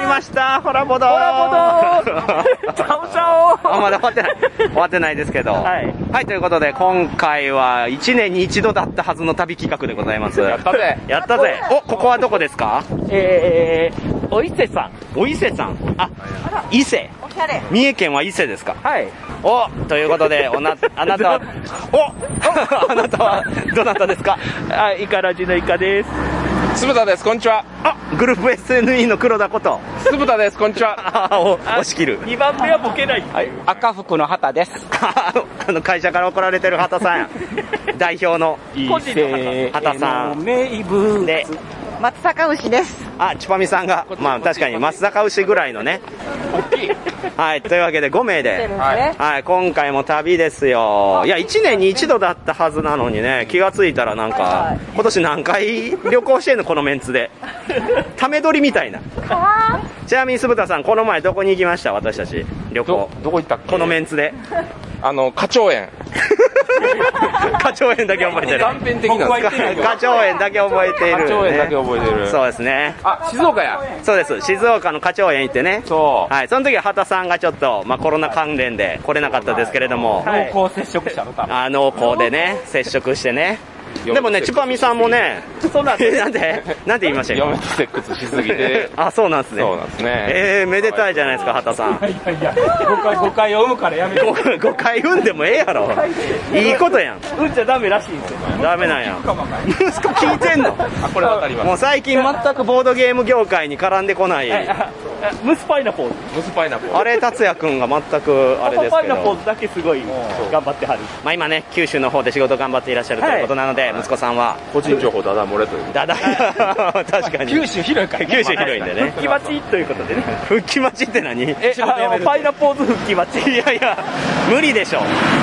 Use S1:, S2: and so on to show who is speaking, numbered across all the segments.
S1: りましたホラボド
S2: ほら、ボトーチャオチャ
S1: あ
S2: オ
S1: まだ終わってない終わってないですけど
S2: はい、
S1: ということで今回は1年に一度だったはずの旅企画でございますや
S3: ったぜ
S1: やったぜおここはどこですか
S2: えー、お伊勢さん。
S1: お伊勢さんあ伊勢
S4: おしゃれ。
S1: 三重県は伊勢ですか
S2: はい。
S1: おということでお なあなたはお あなたはどなたですか
S2: あ、イカラジのイカです。
S3: つぶたですこんにちは
S1: あグループ SNE の黒田こと
S3: つぶたですこんにちは
S1: あお押し切る
S2: 2番目はボケない。はい。
S5: 赤服の旗です。
S1: あのあの会社から怒られてる畑さん代表の
S2: 個人の
S1: 畑さん
S5: 名物
S1: で
S4: 松阪牛です。
S1: あチュパミさんがまあ確かに松坂牛ぐらいのねはいというわけで5名で
S4: はい。
S1: はい今回も旅ですよいや1年に1度だったはずなのにね気がついたらなん
S4: は
S1: か
S4: いはい
S1: 今年何回旅行してんのこのメンツ でため撮りみたいなちなみに酢豚さんこの前どこに行きました私たち旅
S3: ど
S1: 行
S3: どこ行ったっけ
S1: このメンツで
S3: あの花鳥園
S1: 花鳥園だけ覚えてる
S3: 断片的なんですか
S1: 花鳥園だけ覚えている、ね、
S3: 花鳥園だけ覚えてる
S1: そうですね
S3: あ静岡や
S1: そうです静岡の花鳥園行ってね
S3: そう
S1: はい、その時は畑さんがちょっと、まあ、コロナ関連で来れなかったですけれども、
S2: はい
S5: 高接触者のため。
S1: あの濃厚でね接触してねでもねチュパミさんもね
S2: そうなんで
S1: え なんでなんて言いました
S3: 嫁
S1: よ
S3: とセックスしすぎて
S1: あそうなんですね
S3: そうなんですね
S1: えー、めでたいじゃないですか畑さん
S5: いやいや、誤解、誤解を生むからやめて。
S1: 5回産んでもええやろいいことやん
S2: す。うんじゃダメらしいんですよ。
S1: ダメなんや息子聞いてんの
S3: あこれわかります
S1: もう最近全くボードゲーム業界に絡んでこない
S2: ああムスパイナポーズ。
S3: ムスパイナポー
S1: あれ達也君が全くあれです
S2: パ
S1: け
S2: イナポー
S1: ど
S2: ズだけすごい頑張ってはる。
S1: まあ今ね九州の方で仕事頑張っていらっしゃるということなので息子さんは
S3: 個人情報だだ漏れという
S1: だだ 確かに
S5: 九州広いからね。
S1: 九州広いん でね
S2: 復帰待ちということでね。
S1: 復帰待ちって何
S2: え、あの、パイナポーズ復帰待ち。
S1: いやいや無理でしょ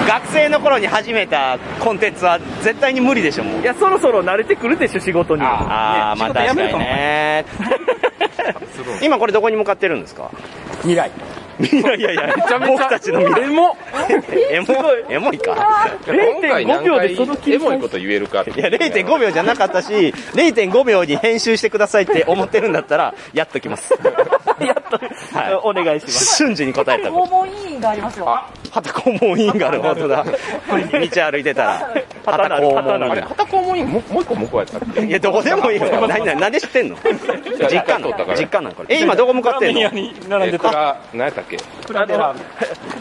S1: 学生の頃に始めたコンテンツは絶対に無理でしょもう
S2: いや、そろそろ慣れてくるでしょ、仕事に。
S1: ああまあ確かにね 今これどこに向かってるんですか
S5: 未来。
S1: いやいやいや
S3: めちゃめちゃ
S1: 僕たちの未来
S3: エモ
S1: エモエモいか
S3: 今回
S2: 0.5
S3: 何
S2: 秒
S3: 回
S2: でその気に
S3: エモいこと言えるかって
S1: いや0.5秒じゃなかったし0.5秒に編集してくださいって思ってるんだったらやっときます
S2: やっと、
S1: はい
S2: お願いします。
S1: 瞬時に答えた
S4: 訪問委員がありますよ。
S1: 畑公務員がある本当だ道歩いてたら畑公務
S3: あれ
S1: 員
S3: 畑公務員ももう一個向こうやったっけ
S1: いやどこでもいいよ何何何で知ってん の実家
S3: や通ったか
S1: の
S3: ら
S1: 実家なんこれえ今どこ向かってんの
S5: に
S3: え
S5: 並
S3: っと何やったっけ
S2: あの、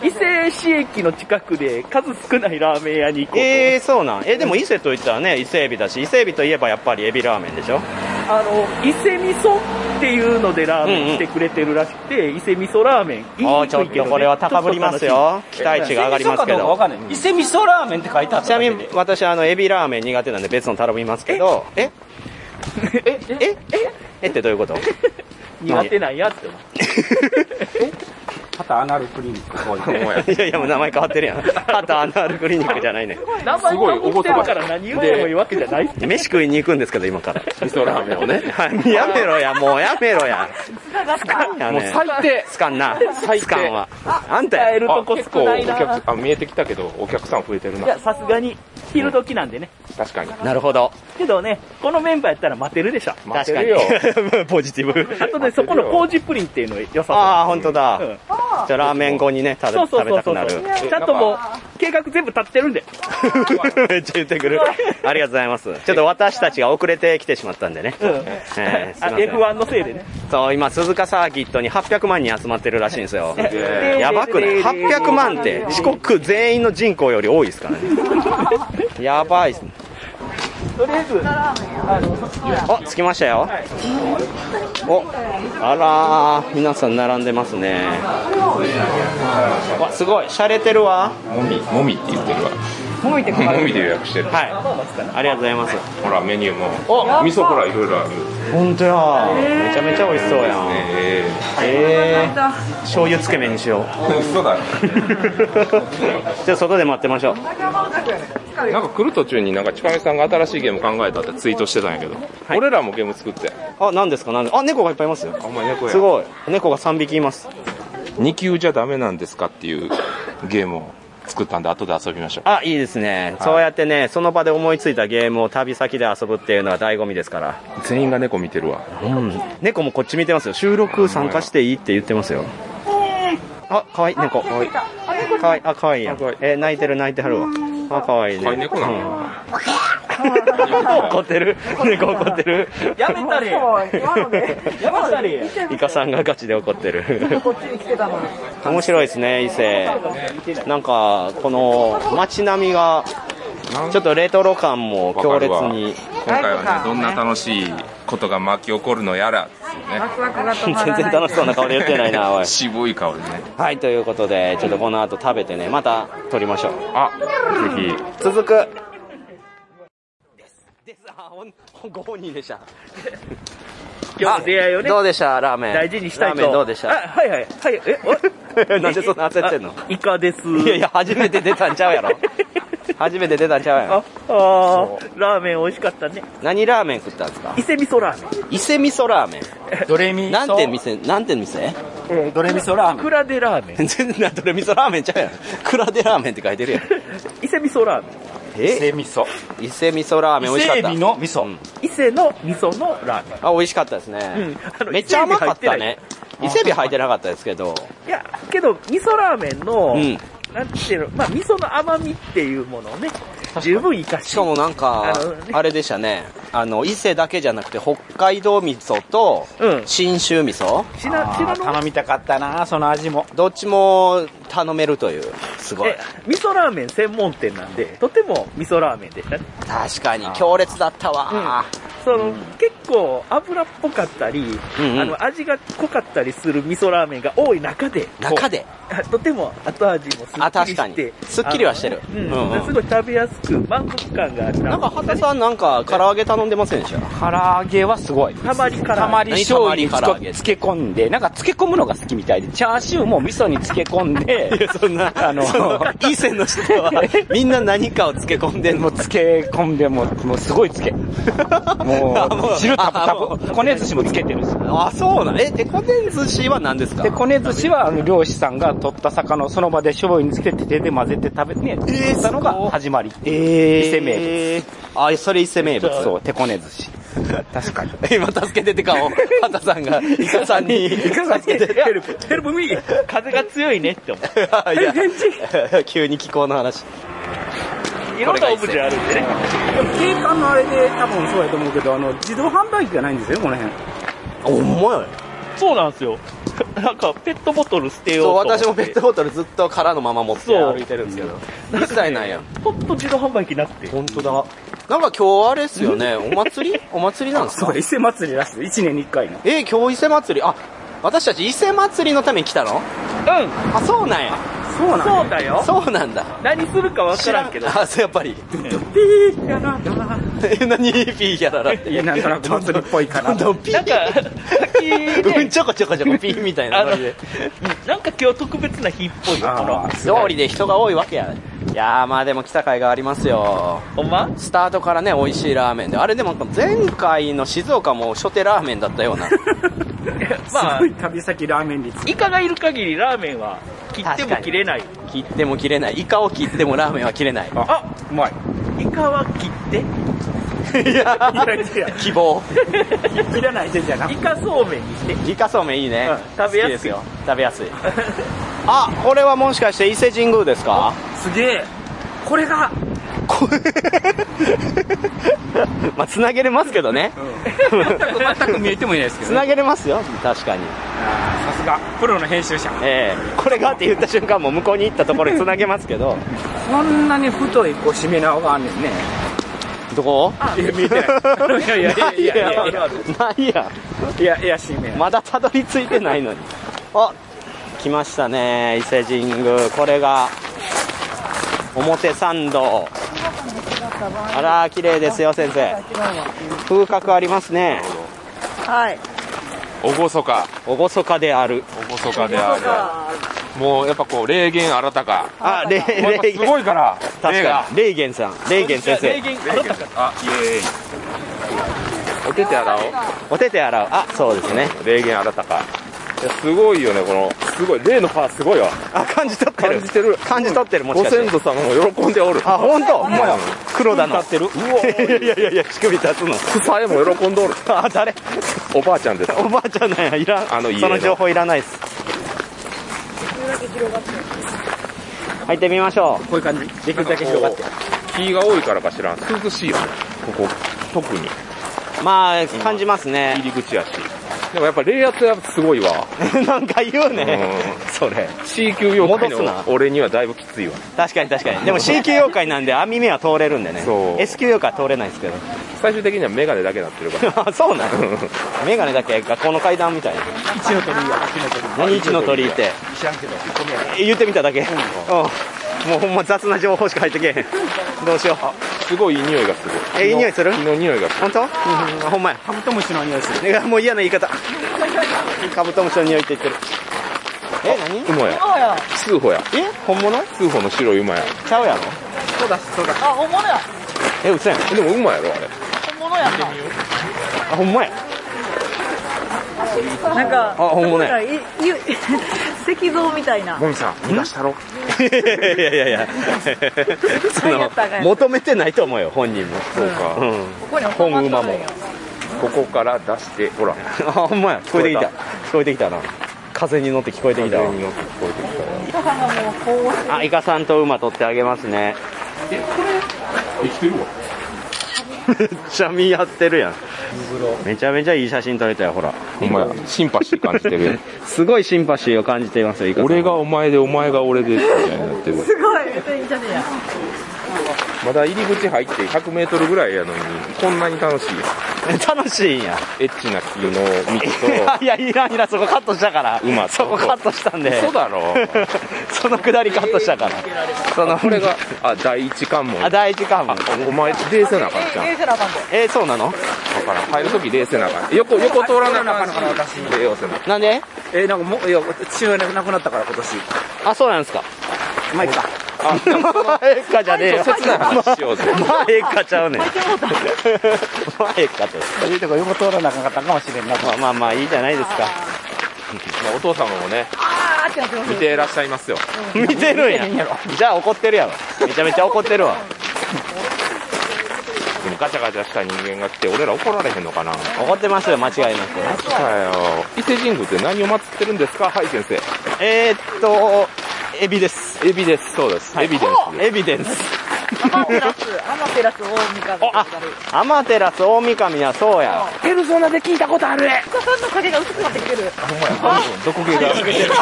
S2: 伊勢市駅の近くで数少ないラーメン屋に行こうと。
S1: えー、そうなんえでも伊勢と言ったらね伊勢エビだし伊勢エビといえばやっぱりエビラーメンでしょ
S2: あの、伊勢味噌っていうのでラーメンしてくれてるらしくて、伊勢味噌ラーメン。いい
S1: おーちょっとこれは高ぶります。よ期待値が上がりますけど
S5: 伊勢味噌ラーメンって書いてあった
S1: ちな
S5: だ
S1: み
S5: けで。
S1: に私あのエビラーメン苦手なんで別の頼みますけどえええええってどういうこと
S2: 苦手なんやって思って。
S5: 旗アナルクリニックこういう
S3: ほんまや
S1: いやいや、もう名前変わってるやん。ハタアナルクリニックじゃないね。
S2: 名前が起きてるから何言ってもいいわけじゃないっすね。
S1: 飯食いに行くんですけど、今から。
S3: 味噌ラーメンをね
S1: はい、 やめろや、もうやめろや。
S3: もう最低
S1: つかんな。
S3: 最低
S1: つかんは。あんた
S2: 帰
S1: や。
S2: ると
S3: あ
S2: こ
S3: 結
S2: 少
S3: 構お
S2: ないな。
S3: 客あ見えてきたけどお客さん増えてる
S2: いや、
S3: な
S2: さすがに、昼時なんでね。
S3: 確かに
S1: なるほど。
S2: けどね、このメンバーやったら待てるでしょ。
S3: 待
S1: 確
S3: て
S1: か
S3: るよ
S1: に。 ポジティブ。
S2: あとね、そこの麹プリンっていうの良さ
S1: ああ、ほんとだ。
S2: そう。うん
S1: じゃあラーメン後にね、食べ
S2: そうそう
S1: 食べ
S2: そう
S1: た
S2: そ
S1: く
S2: う
S1: なる。
S2: ちゃんともう、計画全部立ってるんで。
S1: めっちゃ言って くる。ありがとうございます。ちょっと私たちが遅れてきてしまったん でね。
S2: うん。
S1: えーすい
S2: あ
S1: ません
S2: F1 のせいでね。
S1: そう、今、鈴鹿サーキットに800万人集まってるらしいんですよ。
S3: え
S1: やばくない ?800 万って、四国全員の人口より多いです からね。やばいっすね。
S2: とりあえず、
S1: あ、着きましたよ。お、あらー、皆さん並んでますね。わ、すごい、洒落てるわ。
S3: もみもみって言ってるわ
S4: もういてく
S3: もみで予約してる
S1: はい。ありがとうございます。
S3: ほらメニューもお味噌ほらいろいろある
S1: 本当や。めちゃめちゃ美味しそうやん。
S3: え
S1: えー、醤油つけ麺にし よう。
S3: え嘘だ
S1: じゃあ外で待ってましょう。
S3: なんか来る途中になんかちかめさんが新しいゲーム考えたってツイートしてたんやけど、
S1: い
S3: 俺らもゲーム作って
S1: あ、何ですか何ですかあ、猫がいっぱいいますよ。
S3: あんま猫や
S1: すごい。猫が3匹います。
S3: 2級じゃダメなんですかっていうゲームを作ったんで、後で遊びましょう。
S1: あ、いいですね。そうやってね、その場で思いついたゲームを旅先で遊ぶっていうのは醍醐味ですから。
S3: 全員が猫見てるわ。
S1: うん。猫もこっち見てますよ。収録参加していいって言ってますよ。あ、かわいい、猫。かわいい。かわいい、あ、かわいいやん
S3: かわいい。
S1: え、泣いてる泣いてはるわ。あ、かわいいね。
S3: 飼い猫な
S1: うん
S3: の
S1: 怒ってる 猫怒ってる
S5: やめたり
S4: 今ので、
S5: やめたり
S1: イカさんがガチで怒ってる
S4: こっちに来てたのに。
S1: 面白いですね伊勢なんかこの街並みがちょっとレトロ感も強烈に
S3: 今回はね、どんな楽しいことが巻き起こるのやらですよね。
S4: ワクワクが止
S1: 全
S4: まらない。
S1: 然楽しそうな顔で言ってない な おい
S3: 渋い顔でね。
S1: はいということでちょっとこの後食べてねまた撮りましょう
S3: あ、ぜひ。
S1: 続くですですあほんほんご本人でした
S2: 今日の出会いをね
S1: ど、うでしたラーメン
S2: 大事にしたい
S1: ラー
S2: と。
S1: メンどうでした
S2: あ、はいはい。はい、え、お
S1: なんでそんな焦ってんの
S2: あイカです。
S1: いやいや初めて出たんちゃうやろ初めて出たんちゃうや
S2: あ
S1: ろ、
S2: あーラーメン美味しかったね。
S1: 何ラーメン食ったんですか
S2: 伊勢味噌ラーメン。
S1: 伊勢味噌ラーメン
S5: ドレミソ
S1: なんて店、なんて店
S5: えードレミソラーメン
S2: クラデラーメ
S1: 全
S2: ン。
S1: 然、どれ味噌ラーメンちゃうやん。クラデラーメンって書いてるやん。
S2: 伊勢味噌ラーメン。
S5: 伊勢
S1: え
S5: 味噌
S1: 伊勢味噌ラーメン美味しか
S5: 伊勢
S1: っ
S5: 海老の味噌、
S1: ん
S2: 伊勢の味噌のラーメ
S1: た。あ、美味しかったです
S2: うん
S1: ね
S2: あ。の
S1: めっちゃ甘かったね。伊
S5: 伊
S1: 勢
S5: 勢
S1: 海
S5: 海
S1: 老入ってなかったですけど。
S2: ン。いや、けど、味噌ラーメンの、
S1: うん
S2: なんていうの、まあ、味噌の甘みっていうものをね、十分活かし。
S1: しかもなんか
S2: あのね、
S1: あれでしたね。あの、伊勢だけじゃなくて、北海道味噌と
S2: うん、
S1: 信州味噌
S2: しな、
S5: あ
S2: しな
S5: ー
S2: の
S5: 頼みたかったなその味も
S1: どっちも頼めるという。すごい
S2: え。、味噌ラーメン専門店なんで、とても味噌ラーメンでしたね。
S1: 確かに、強烈だったわ。
S2: その、結構油っぽかったり、
S1: うんうん
S2: あの、味が濃かったりする味噌ラーメンが多い中で、
S1: 中で。
S2: あ とても後味もすっきりして
S1: あ確かにすっきりはしてる
S2: あのうん
S1: うんうん
S2: すごい食べやすく満足感があった
S1: なんか、畑さんなんか、唐揚げ頼んでませんでした
S5: 唐揚げはすごい
S2: たまりから
S5: たまり醤油に
S1: 何たまり唐揚げ
S5: つけ込んで、なんか漬け込むのが好きみたいで、チャーシューも味噌に漬け込んで、
S1: そんな、あ
S5: あ
S1: の
S5: の、
S1: 以前の人は、みんな何かを漬け込んでん
S5: も
S1: の。
S5: う漬け込んで、もう、もうすごい漬け。
S1: あも
S5: も
S1: う
S5: う、汁たぶ
S1: あもう
S5: たぶ、こね寿司も漬けてるし。
S1: あ、そうなん。え、でこねん寿司は何ですか
S5: で、こね寿司は、あの、漁師さんが取った魚をその場で醤油に漬けて手で混ぜて食べて、
S1: え
S5: ね、
S1: ー
S5: 作ったの
S1: すごい
S5: が始まり。
S1: え
S5: 伊勢名
S1: 物。あ、それ伊勢名物。
S5: そう、手こね寿司。確かに。
S1: 今助けてって顔、畑さんが、イカさんに、 イカさん助け て。
S2: ヘルプヘルプミー風が強いねって思 う
S1: いや
S2: 返事
S1: 急に気候の話。
S2: いろんなオブジェあるんでね
S5: でも、景観のあれで多分そうやと思うけど、あの、自動販売機がないんですよ、この辺。
S1: お前。
S2: そうなんですよなんかペットボトル捨て
S1: そ
S2: よ
S1: う、
S2: うと思って
S1: 私もペットボトルずっと空のまま持って
S2: そう
S1: 歩いてるんですけど。一切ないやん。
S2: ほんと自動販売機なくて
S1: 本当だ。なんか今日あれっすよね。お祭りお祭りなんですか
S5: そう、伊勢祭りらしい。1年に1回の。
S1: えー、今日伊勢祭りあ私たち伊勢祭りのために来たの
S2: うん
S1: あそうなんや
S5: そうなん
S2: そうだよ
S1: そうなんだ
S2: 何するかわからんけど
S1: あそうやっぱり
S5: ピーやな、
S1: え何ピーやららっ
S5: い
S1: て
S5: や、なんとなく祭りっぽいかな。
S1: どんピ
S2: なん
S1: ー
S2: か さっき
S1: う
S2: ね
S1: んちょこちょこちょこピーみたいな
S2: あの
S1: 感じ
S2: うん
S1: で
S2: なんか今日特別な日っぽいよこの
S5: あーすご
S1: 料
S5: い
S1: 理で人が多いわけやいやーまあでも来た甲斐がありますよ
S2: ほんま
S1: スタートからね美味しいラーメンであれでも前回の静岡も初手ラーメンだったような
S2: まあ
S5: すごい旅先ラーメン率。
S2: イカがいる限りラーメンは切っても切れない
S1: 切っても切れないイカを切ってもラーメンは切れない
S5: あ、うまい。
S2: イカは切って
S1: いや
S5: いやいや
S1: 希望
S5: いらないでじゃな
S2: イカそうめんにして
S1: イカそうめんいいね、
S2: うん食べやす
S1: 好き
S2: い
S1: ですよ食べや すいあこれはもしかして伊勢神宮ですか
S5: すげえ。これが、
S1: こ まあつなげれますけどね、
S5: 全く見えてもいないですけ
S1: つ。なげれますよ確かに
S5: さすが、プロの編集者。
S1: ええこれがって言った瞬間もう向こうに行ったところにつなげますけど
S5: こんなに太い、こう、締め縄があんねんね。
S1: どこ
S5: いや、見えて ない。いやいやいやいやいやいや。
S1: ないや
S5: いや、いや、締め縄。
S1: まだたどり着いてないのにあ来ましたね伊勢神宮これが表参道あら綺麗ですよ先生風格ありますね
S4: はい。
S3: おごそか、
S1: 厳かである
S3: おごそかである。もう、やっぱこう、霊言新たか。
S1: あ、レ
S3: もうやっ
S1: イ
S3: ぱ
S1: レイ
S3: す
S1: ゲン
S3: ごいから、
S1: 確
S3: 霊
S1: か
S3: が。
S1: にレイゲンさんレイゲン先生
S2: 霊言あなたか
S3: あ、イエーイ。お手手洗おう。
S1: お手手洗うあそうですね
S3: 霊言新たか。いやすごいよね、この、すごい、例のパワーすごいわ。
S1: あ、感じ取ってる。
S3: 感じてる。
S1: 感じ取ってる、もし
S3: ご
S1: かして
S3: 先。祖様も喜んでおる。
S1: あ、本当。ほんまや。黒田の。
S3: 立ってる。
S1: い やいやいやいや、乳首立つの。
S3: 草絵も喜んでおる。
S1: あ、誰
S3: おばあちゃんです。
S1: おばあちゃんなんや。いらん。
S3: あの家
S1: そ
S3: の
S1: の情報いらないです。入ってみましょう。
S2: こういう感じ。できるだけ広がって。
S3: 木が多いからか知らん。涼しいよね。ここ、特に。
S1: まあ、感じます
S3: 入
S1: ね。
S3: り口やし。でもやっぱ冷圧やっぱすごいわ。
S1: なんか言うね。
S3: それ。C 級妖怪
S1: 戻すな
S3: の俺にはだいぶきついわ。
S1: 確かに確かに。でも C 級妖怪なんで網目は通れるんでね
S3: そ。う
S1: S 級妖怪は通れないですけど。
S3: 最終的にはメガネだけなってるから。
S1: あ、そうなんやメガネだけ学校の階段みたいな。
S2: 一の鳥や、一の鳥。
S1: 何一の鳥居って。
S2: 知らんけど、一個目や。
S1: 言ってみただけ。うん。もうほんま雑な情報しか入ってけへん。どうしよう。
S3: すごいいい匂いがする。
S1: えいい匂いする
S3: 木の匂いがする。
S1: 本当？ほんまや。
S2: カブトムシの匂いする。
S1: いやもう嫌な言い方。カブトムシの匂いって言ってる。え、何
S3: うまや。
S4: そうや。
S3: 通歩や。
S1: え本物
S3: 通歩の白い馬や。
S1: ちゃうやろ
S4: あ、本物や。
S1: え、うせやん。
S3: でも馬やろ、あれ。
S4: 本物やな。
S1: あ、ほんまや。
S4: なんか、
S1: あ本物や
S4: いい 石像みたいな。
S3: もみさん、逃がしたろ。
S1: いやいやいやい や。そ
S4: 何や
S1: の
S4: ったんか、い
S1: 求めてないと思うよ、本人も。
S3: そうか。
S1: うん。
S4: ここに収まっとるんや
S1: 本馬も
S3: ここから出して、ほら。
S1: あ、ほんまや。聞こえてきた。
S3: 聞
S1: 聞こえてきたな。風に乗って聞こえてきたわ
S3: 上に乗って聞こえてきたよ
S4: イカさんがもうこうして
S1: あ、イカさんと馬取ってあげますね。
S3: 生きてるわ。
S1: めっちゃ見合ってるやん。めちゃめちゃいい写真撮れたよ、ほ ら。
S3: ほんまや。シンパシー感じてるよ。
S1: すごいシンパシーを感じていますよ、イカさん。
S3: 俺がお前でお前が俺でみたいになってる。
S4: すごい、めっちゃいいじゃねえや。
S3: まだ入り口入って100メートルぐらいやのに、こんなに楽しいよ。
S1: 楽しいんや。
S3: エッチな木の道
S1: いや、いやいらんいらん、そこカットしたから。
S3: 馬と
S1: そこカットしたんで。
S3: 嘘だろ
S1: そのくだりカットしたから。そ
S3: と、
S1: の、
S3: あこれが、あ、第一関門。
S1: あ、第一関門。
S3: お前、冷静なあかんじゃん。
S4: え、え、せなあかんで。
S1: えー、そうなの
S3: だから、入るとき冷静なあかん。横、横通らなあかんし。冷静な。
S1: なんで
S2: えー、なんかもう、いや、父親亡くなったから今年。
S1: あ、そうなんですか。
S2: マイクだ。
S1: あ、まあ、えっかじゃねえよ。
S3: そう切ない話しようぜ
S1: まあ、えっかちゃうねん。まあ、えっかと。
S5: いいとこ横通らなあかんかったかもしれんなと
S1: まあまあまあ、いいじゃないですか。
S3: まあお父様もね、
S4: あーってなってます
S3: 見てらっしゃいますよ。
S1: 見てるんや。じゃあ怒ってるやろ。めちゃめちゃ怒ってるわ。
S3: でもガチャガチャした人間が来て、俺ら怒られへんのかな。
S1: 怒ってますよ、間違いな
S3: 来たよ。伊勢神宮って何を祀ってるんですかはい、先生。
S1: く。えー、っと、エビです。
S3: エビです。そうです。エビデンスです。
S1: エビデンス。
S4: アマテラス、アマテラス大三上の
S1: あ
S4: 下り。、
S1: アマテラス大神はそうや。
S4: イカさんの影が薄くなってきてる。
S3: どこ系が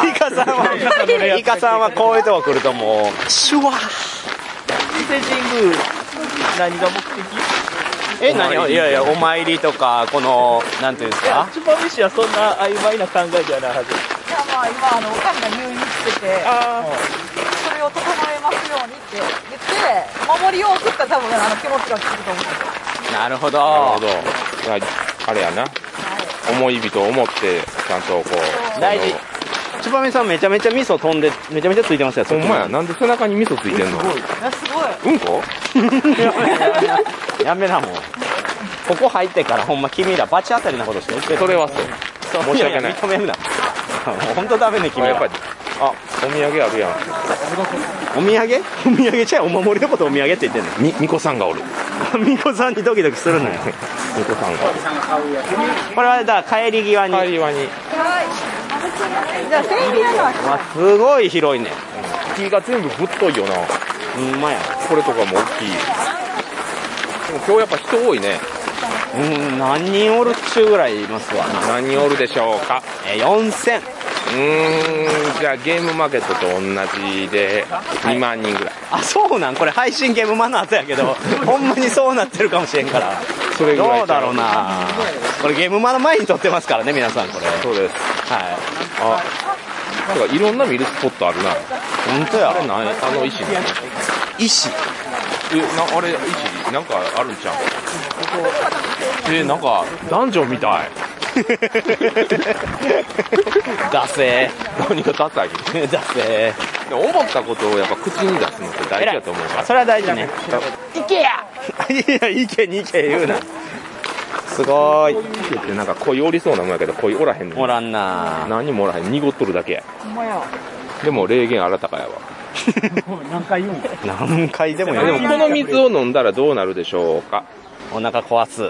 S1: イカさんは、イカさんはこういうとこ来るともう、シュワー。
S2: 伊勢神宮、何が目的
S1: え、何をいやいや、お参りとか、この、なんていうんですか
S2: チュパミシはそんな曖昧な考えではないはず。
S4: じゃあまあ今、あの、おかみが入院してて、
S2: あ
S4: それを整えますようにって言って、守りを送ったら多分、あの、気持ちがつくと思うんですよ。
S1: なるほ
S3: なるほ
S1: ど
S3: ど。。はいあれやな。思い人を思って、ちゃんとこう。
S1: 大事。チュパミさんめちゃめちゃ味噌飛んで、めちゃめちゃついてますよ、
S3: そのほんまや、なんで背中に味噌ついてんの
S4: いや、すごい。
S3: うんこ
S1: やめな、もう。ここ入ってからほんま君らバチ当たりなことして言ってる
S3: それはそう。
S1: そう
S3: 申し訳ない
S1: やや認めるな。 本当ダメね、君ら。
S3: あやっぱり、あ、お土産あるやん。
S1: お土産お土産ちゃうお守りのことお土産って言ってんの。
S3: み、みこさんがおる。
S1: みこさんにドキドキするのよ。
S3: みこさんが。
S1: これはだから帰り際に。
S3: 帰り際に。
S4: じゃあ、千里の
S1: わ、すごい広いね。
S3: 木が全部ぶっといよな。
S1: うんまや。
S3: これとかも大きい。でも今日やっぱ人多いね。
S1: うん、何人おるっちゅうぐらいいますわな。
S3: 何人おるでしょうか
S1: え、4000。
S3: うーん、じゃあゲームマーケットと同じで、2万人ぐらい。
S1: あ、そうなんこれ配信ゲームマナーとやけ ど、ほんまにそうなってるかもしれんから。
S3: それぐらい
S1: どうだろうなこれゲームマの前に撮ってますからね、皆さんこれ。は
S3: そうです。
S1: い。
S3: あ、なんかいろんな見るスポットあるな。
S1: 本当
S3: あれ
S1: や。
S3: なんやあの石の。え、
S1: 石。
S3: な、あれ石、なんかあるんちゃうえ、なんか、ダンジョンみたい。
S1: ダセ
S3: 何がダサい
S1: ー。 ダセ
S3: でも思ったことをやっぱ口に出すのって
S1: ー。
S3: 大事だと思うか
S1: それは大事ね。いけやいや、いけに行け言うな。すごい。
S3: 池ってなんか鯉おりそうなもんやけど、鯉おらへんねん
S1: おらんな
S3: 何もおらへん。濁っとるだけや。
S4: ほんまや。
S3: でも霊言新たかやわ。
S2: 何回言うん
S1: 何回でもや
S3: でも
S1: る。
S3: この水を飲んだらどうなるでしょうか。
S1: お腹壊す。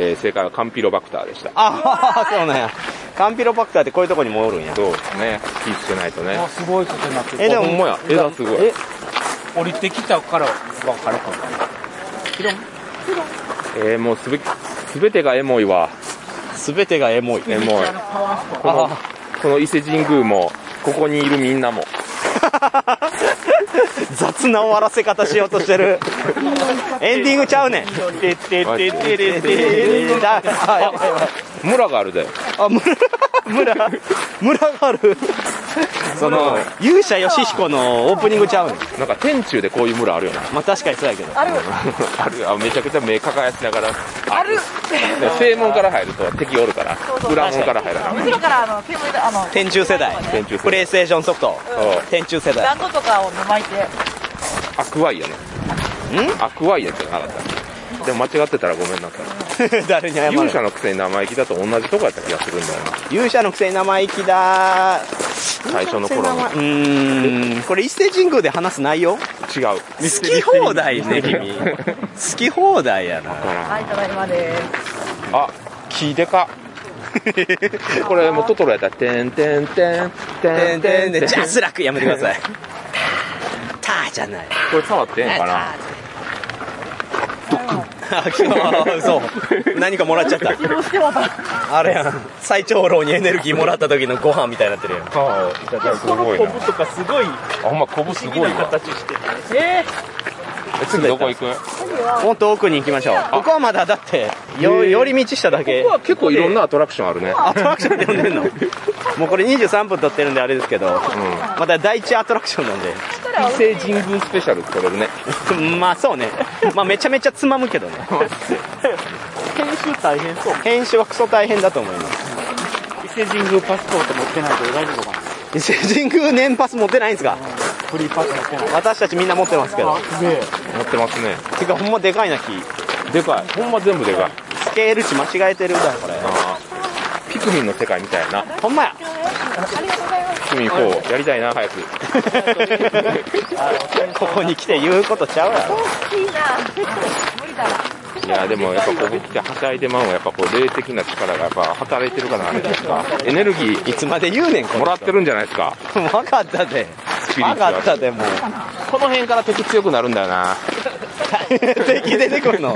S3: えー正解はカンピロバクターでした。
S1: ああ、そうなんや。カンピロバクターってこういうとこにもおるんや。
S3: そうですね。気ぃつけないとね。
S5: すごいことになって
S1: え、でも、
S3: ほんまや枝すごい
S1: え、
S5: 降りてきたから分かるかも。
S3: えーもうすべ、すべてがエモいわ。
S1: すべてがエモい。
S3: エモい。この
S1: あ、
S3: この伊勢神宮も、ここにいるみんなも。
S1: 雑な終わらせ方しようとしてる。エンディングちゃうねん。
S2: てってってってれて
S1: えーだあ、やばいやばい。
S3: 村があるで。
S1: あ、村、村、村がある。その、勇者ヨシヒコのオープニングちゃうねん。
S3: なんか天中でこういう村あるよな。
S1: まあ確かにそうやけど。
S4: ある、
S3: あるあめちゃくちゃ目輝きながら。
S4: ある。
S3: 正門から入ると敵おるから
S4: そう。そう
S3: 裏門から入らなあかん
S4: 後ろからあの、煙で、あの、
S1: 天中世代。
S3: 天中
S1: プレイステーションソフト。
S3: そう
S1: 天中世代。
S4: 団子とかを巻いて。
S3: アクワイやね。
S1: ん
S3: アクワイやってなかった。でも間違ってたらごめんなさい。
S1: 誰に謝る
S3: 勇者のくせに生意気だと同じとこやった気がするんだよな。
S1: 勇者のくせに生意気だ
S3: 最初の頃 の
S1: うーんこれ伊勢神宮で話す内容好
S3: 違う。
S1: き放題ね君 好き放題やな
S4: はい、ただいまです。
S3: あ、木でか。これもうトトロやったら、てんてんてん、て
S1: て
S3: ん
S1: ん
S3: て
S1: て
S3: ん
S1: ん
S3: て
S1: で
S3: ん。
S1: ジャスラックやめてくださいターじゃない
S3: これ触ってんかな
S1: あ今日そう何かもらっちゃった
S4: どうしてもた。
S1: あれやん最長老にエネルギーもらった時のご飯みたいになってるやん
S3: ああ、いただいてす
S2: この
S3: ごい
S2: コ
S3: な
S2: ブ。とかすごい
S3: あ、ほんま、こぶす
S2: 不思
S3: ごい
S2: 議な
S3: わ。
S2: 形してる
S3: え次どこ行く
S1: もっと奥に行きましょうここはまだだってよ寄り道しただけ
S3: ここは結構いろんなアトラクションあるね。
S1: アトラクションって呼ん でんのもうこれ23分撮ってるんであれですけど、また第一アトラクションなんで
S3: 伊勢神宮スペシャル撮れるね。
S1: まあそうね。まあめちゃめちゃつまむけどね。
S2: 編集大変そう
S1: 編集はクソ大変だと思います。
S5: 伊勢神宮パスポート持ってないと大丈夫かな
S1: 伊勢神宮年パス持ってないんですか
S5: フリーパス持ってない。
S1: 私たちみんな持ってますけど。
S3: 持ってますね。
S1: てかほんまでかいな木。
S3: でかい。ほんま全部でかい。
S1: スケール値間違えてるだろこれ。
S3: あーピクミンの世界みたいな。
S1: ほん まや。
S4: ありがとうございます。
S3: ピクミン4、やりたいな、早く。
S1: ここに来て言うことちゃうやろ。
S4: いいな。無理だな。
S3: いや、でもやっぱこぶってはしゃいでまうのは、やっぱこう、霊的な力がやっぱ働いてるからあれですか。エネルギー
S1: いつまで言うねん、こ
S3: もらってるんじゃないですか。
S1: れ。わかったで。
S3: スピリッ
S1: わ
S3: ツが
S1: かったで、もう。
S3: この辺から敵強くなるんだよな。
S1: 敵出てくるの。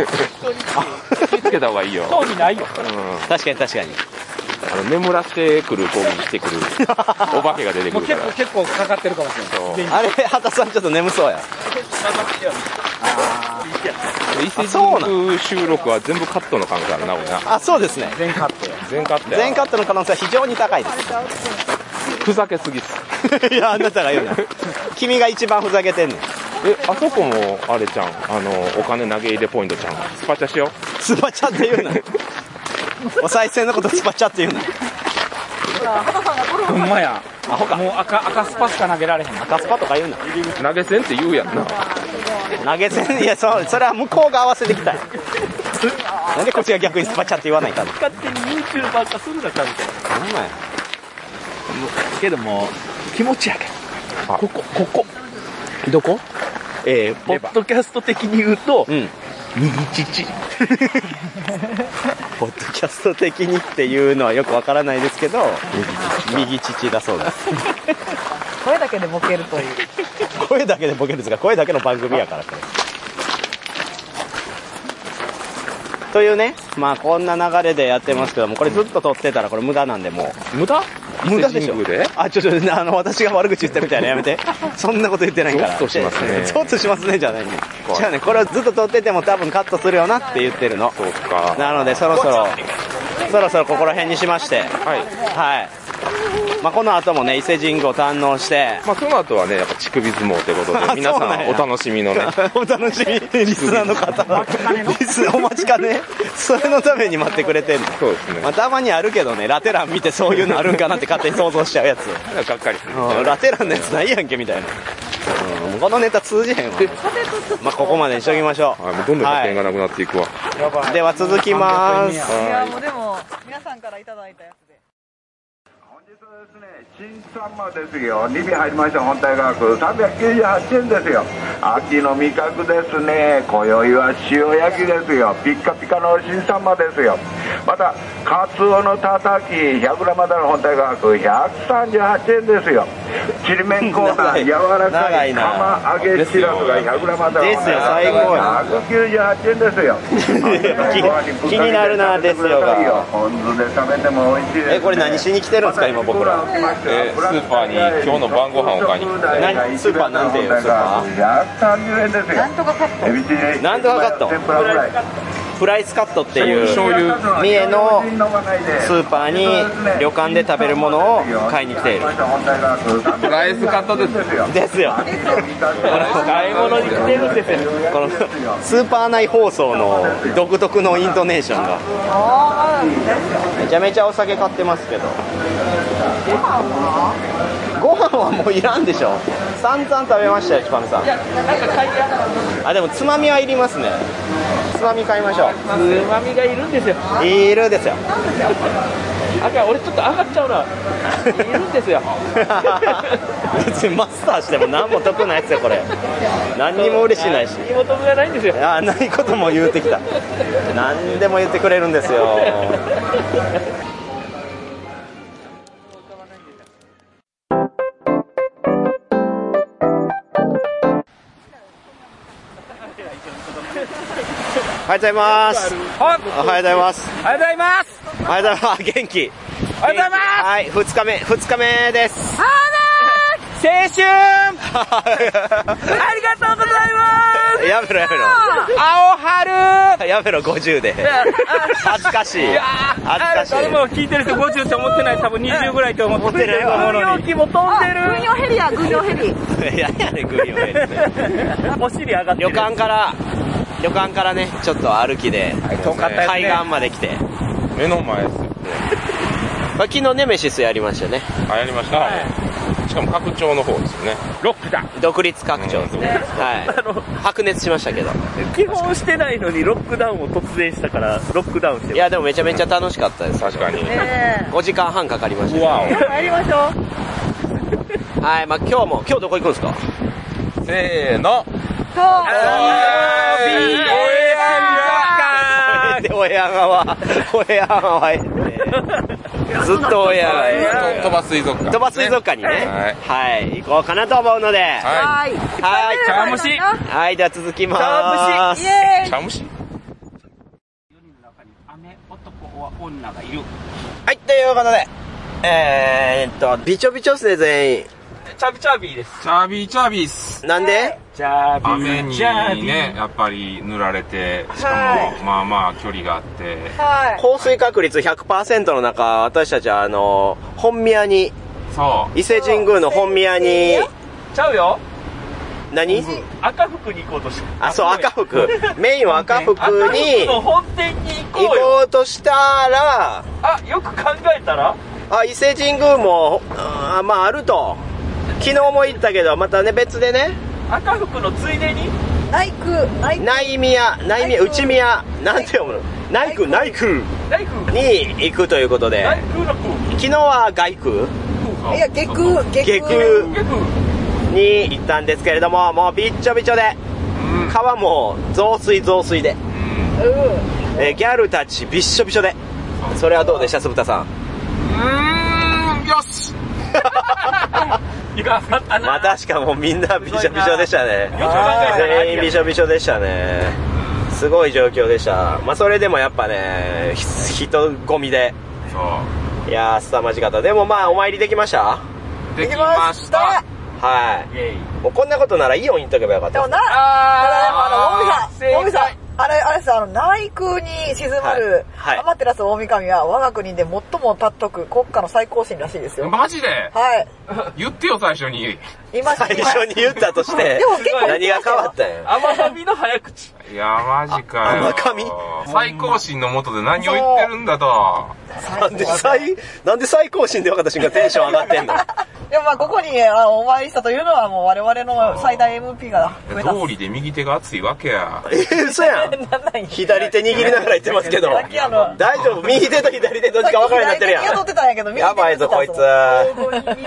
S3: 気つけた方がいいよ。
S2: 興味ないよ
S3: うん。あ
S1: 確かに確かに。
S3: の、眠らしてくる攻撃してく る。お化けが出てくるから。
S5: 結構かかってるかもしれない。
S3: そう
S1: あれ、畑さんちょっと眠そうや。
S3: 伊勢
S1: そうな
S3: 神宮収録は全部カットの可能性あるな、これな。
S1: あ、そうですね。
S5: 全カットや。
S3: 全カットや。
S1: 全カットの可能性は非常に高いで
S3: ふざけすぎっ す。
S1: す。いや、あなたが言うな。君が一番ふざけてんねん。
S3: え、あそこも、あれちゃん、あの、お金投げ入れポイントちゃん。スパチャしよ
S1: スパチャって言うな。お賽銭のことスパチャって言うな。
S5: ほんまや。アホか。もう赤、赤スパしか投げられへん。
S1: 赤スパとか言う
S3: う。投げ銭って言うやんな。
S1: な。投げ銭、いや、そう、それは向こうが合わせてきたよ。なんでこっちが逆にスパチャって言わないかな。
S2: 勝手に YouTuber 化するなかみたいな
S1: なんなんや
S2: けども気持ちやけ
S3: あ
S2: どここここ
S1: どこえー、
S2: ポ
S1: ポ
S2: ッドキャスト的に言うと
S1: うん。
S2: 右 乳
S1: ポッドキャスト的にっていうのはよくわからないですけど、右乳だそうです。
S4: 声だけでボケるという。
S1: 声だけでボケるんですが、声だけの番組やから、これ。というね、まあこんな流れでやってますけども、これずっと撮ってたらこれ無駄なんで、もう。
S3: 無駄
S1: 無駄でしょ
S3: 伊勢神宮で
S1: あ、ちょ、ちょ、あの、私が悪口言ったみたいなやめて。そんなこと言ってないから。
S3: ゾッとしますね
S1: ゾッとしますね、じゃないね。
S3: 怖い
S1: じゃあね、これをずっと撮ってても多分カットするよなって言ってるの。
S3: そうか。
S1: なので、そろそろ、そろそろここら辺にしまして。
S3: はい。
S1: はい。まあ、この後もね、伊勢神宮を堪能して、
S3: まあ、その後はね、やっぱ乳首相撲と いうことで
S1: あ、
S3: 皆
S1: そうなん
S3: さん
S1: や
S3: お楽しみのね。
S1: お楽しみに、リスナーの方リスお待ちかね。それのために待ってくれてんの。
S3: そうですね。
S1: まあ、たまにあるけどね、ラテ欄見てそういうのあるんかなって勝手に想像しちゃうやつ。
S3: がっかりする。
S1: うんラテランのやつないやんけみたいな。うんこのネタ通じへんわ。まあ、ここまでにしときましょう。
S3: はい、もうどんどん保険がなくなっていくわ。
S5: やばい
S1: では続きまーす
S4: いや
S3: は
S4: もうでも皆さんからいただいたやつで
S6: 本日はですね、新サンマですよ。2尾入りました本体価格398円ですよ。秋の味覚ですね。今宵は塩焼きですよ。ピッカピカの新サンマですよ。また、カツオのたたき 100g までの本体価格138円ですよ。ちりめんコーナー柔ら
S1: 長
S6: か
S1: い
S6: い
S1: な
S6: 釜揚げしらすが 100g までの
S1: ですよ最高や
S6: 198円ですよ。
S1: 気気になるなですよが
S6: ポン酢で食べても美味しいです、ね。
S1: えこれ何しに来てるんですか今僕ら
S3: えースーパーに今日の晩ご飯を買いに来て
S1: 何スーパーなんていうスーパ
S6: 130円ですよ
S4: なんとかカット
S6: エビチリ
S1: なんとかカット
S6: 天ぷらフライ
S1: プライスカットっていう
S3: 醤
S1: ス
S3: 油
S1: 三重のスーパーに旅館で食べるものを買いに来ている
S6: フ
S3: ライスカットですよ
S1: ですよ
S2: 買い物に来てるんですよ
S1: このスーパー内放送の独特のイントネーションが
S4: あ
S1: めちゃめちゃお酒買ってますけどご飯はもういらんでしょ散々食べましたよちぱみさん
S2: いや、なんか買いやがる
S1: あでもつまみはいりますねつまみ買いましょ
S2: つまみがいるんですよ。
S1: ういるですよ
S2: あかん、俺ちょっと上がっちゃうな。いるんです よ。
S1: 別にマスターしても何も得ないですよこれ何にも嬉しないし
S2: 身元がないんですよ。
S1: あないことも言うてきた何でも言ってくれるんですよおはようございます
S2: はい、
S1: おはようございます
S2: おはようございます。
S1: おはようございます元気
S2: おはようございま
S1: はい2日目2日目です
S2: す。青春。ありがとうございます。
S1: やめろやめろ
S2: 青春。
S1: やめろ50で恥ずかしい
S2: いやあ
S1: 恥
S2: れ
S1: ずかし
S2: 誰
S1: い
S2: も聞いてる人50って思ってない多分20ぐらいと思って
S1: 思ってないわ
S2: 軍用機も飛んで
S4: 軍用ヘリや軍用ヘリ
S1: い やいやねグリオンやね
S2: るお尻上がって
S1: 旅
S2: る
S1: 館から旅館からねちょっと歩きで
S3: 遠かったですね
S1: 海岸まで来て、ま
S3: 目の前ですよ。
S1: あ、昨日ネメシスやりましたね
S3: あ、やりました、しかも拡張の方ですよね。
S2: ロックだ
S1: 独立拡張、
S3: うん独立
S2: あの
S1: はい白熱しましたけど
S2: 基本してないのにロックダウンを突然したからロックダウンして
S1: いやでもめちゃめちゃ楽しかったです
S3: 確かに。
S4: え
S1: 5時間半かかりましたけど
S3: わ
S4: え参りましょう
S1: はいまあ今日も今日どこ行くんですか
S3: お。せーの。
S4: そう
S1: で親川親川入ってずっと親川
S3: 飛ば水族館。
S1: 鳥羽水族館にね
S3: はい
S1: はい、行こうかなと思うのでは
S3: は
S4: はい
S1: はい
S2: 茶蒸し
S1: い、では続きまーす
S4: イエー
S3: い。
S4: イ
S3: 茶虫
S1: はい、ということで、えー、っと、びちょびちょっすね、全員。
S2: チャビチャビーです
S3: チャビチャビス。
S1: なんで
S2: チャビ
S3: 雨に
S2: チャビ
S3: ね、やっぱり塗られて、しかも、まあまあ距離があって、
S4: はい
S1: 降水確率100%の中、私たちは、あの、本宮に、
S3: そう。
S1: 伊勢神宮の本宮に、
S2: ちゃうよ
S1: 何
S2: 赤服に行こうとした
S1: あ、そう、赤服。メインは 赤服
S2: 赤服
S1: に、
S2: の
S1: 行
S2: 本店に行こうよ
S1: こうとしたら、
S2: あよく考えたら
S1: あ、伊勢神宮も、あまあ、あると。昨日も行ったけど、またね、別でね、
S2: 赤服のついでに
S4: ナイクナイク
S1: 内宮、内宮、内宮、なんて読むの内宮、内宮
S2: ナイフ
S1: に行くということで、
S2: ナイフの空
S1: 昨日は外宮
S4: いや下空下
S1: 下
S4: 空
S1: 空
S2: 結構
S1: に行ったんですけれどももうびっちょびちょで川も増水増水で、えーギャルたちびっしょびしょでそれはどうでしたぶたさん
S2: いかなかったな
S1: またしかもみんなびしょびしょでしたね
S2: よく考えたら
S1: 全員びしょびしょでしたねすごい状況でしたまあそれでもやっぱねひ人混みで
S3: そう。
S1: いやー凄まじかったでもまあお参りできました
S3: できました。
S1: は
S2: イェイ
S1: いもうこんなことならイオンに行っとけばよかっ
S4: で
S1: た
S4: もなあの大見さん大見さんあれあれさあの内空に沈まる
S1: はいはい
S4: アマテラス大神は我が国で最も尊く国家の最高神らしいですよ
S3: マジで
S4: はい
S3: 言ってよ、最初に。
S4: 今
S1: 最初に言ったとして
S4: でも結構
S1: 何が変わったんや
S2: 甘さびの早口
S3: いや、マジかよ。
S1: あ甘神
S3: 最高神のもとで何を言ってるんだと。
S1: なんで最、なんで最高神で分かった瞬間テンション上がってんの
S4: でもまあ、ここにあお参りしたというのは、もう我々の最大 MP が増えた。
S3: 通りで右手が熱いわけや。
S1: えー、嘘やん。
S4: なんなんや
S1: 左手握りながら言ってますけど。
S4: さっきあの、
S1: 大丈夫右手と左手どっちか分からんようになってるや
S4: 左手に雇っ
S1: ん。
S4: てたんやけど、右手
S1: やばいぞ、こいつ。
S4: 雇って
S1: や
S4: たぞ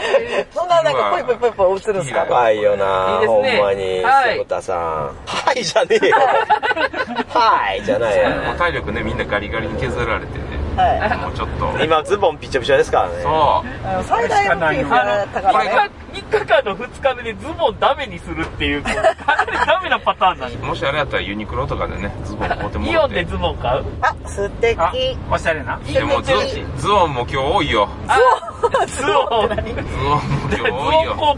S4: そんな、なんか、ぽいぽいぽいぽい映るんすか
S1: ばいよな、
S7: いいです
S1: ほ
S7: ね
S1: んまに、
S7: はい
S1: 瀬田さん。はい、じゃねえよ。はい、じゃない
S3: もう
S1: や
S3: 体力ね、みんなガリガリに削られてね。
S4: はい。
S3: もうちょっと。
S1: ん。今、ズボンピチョピチョですからね。
S3: そう。
S4: あの最大 MP 増えたからね。
S2: 3日間の2日目でズボンダメにするっていう、こうかなりダメなパターンなんで。
S3: もしあれやったらユニクロとかでね、ズボン買うても
S2: イ
S3: ら
S2: オ
S3: っ
S2: ン
S3: て。
S2: でズボン買う
S4: あ、素敵。
S7: あ、おしゃれな。
S3: でもズズボンも今日多いよ。
S2: ズボン、 ズボン広
S3: ズボンも今日多いよ。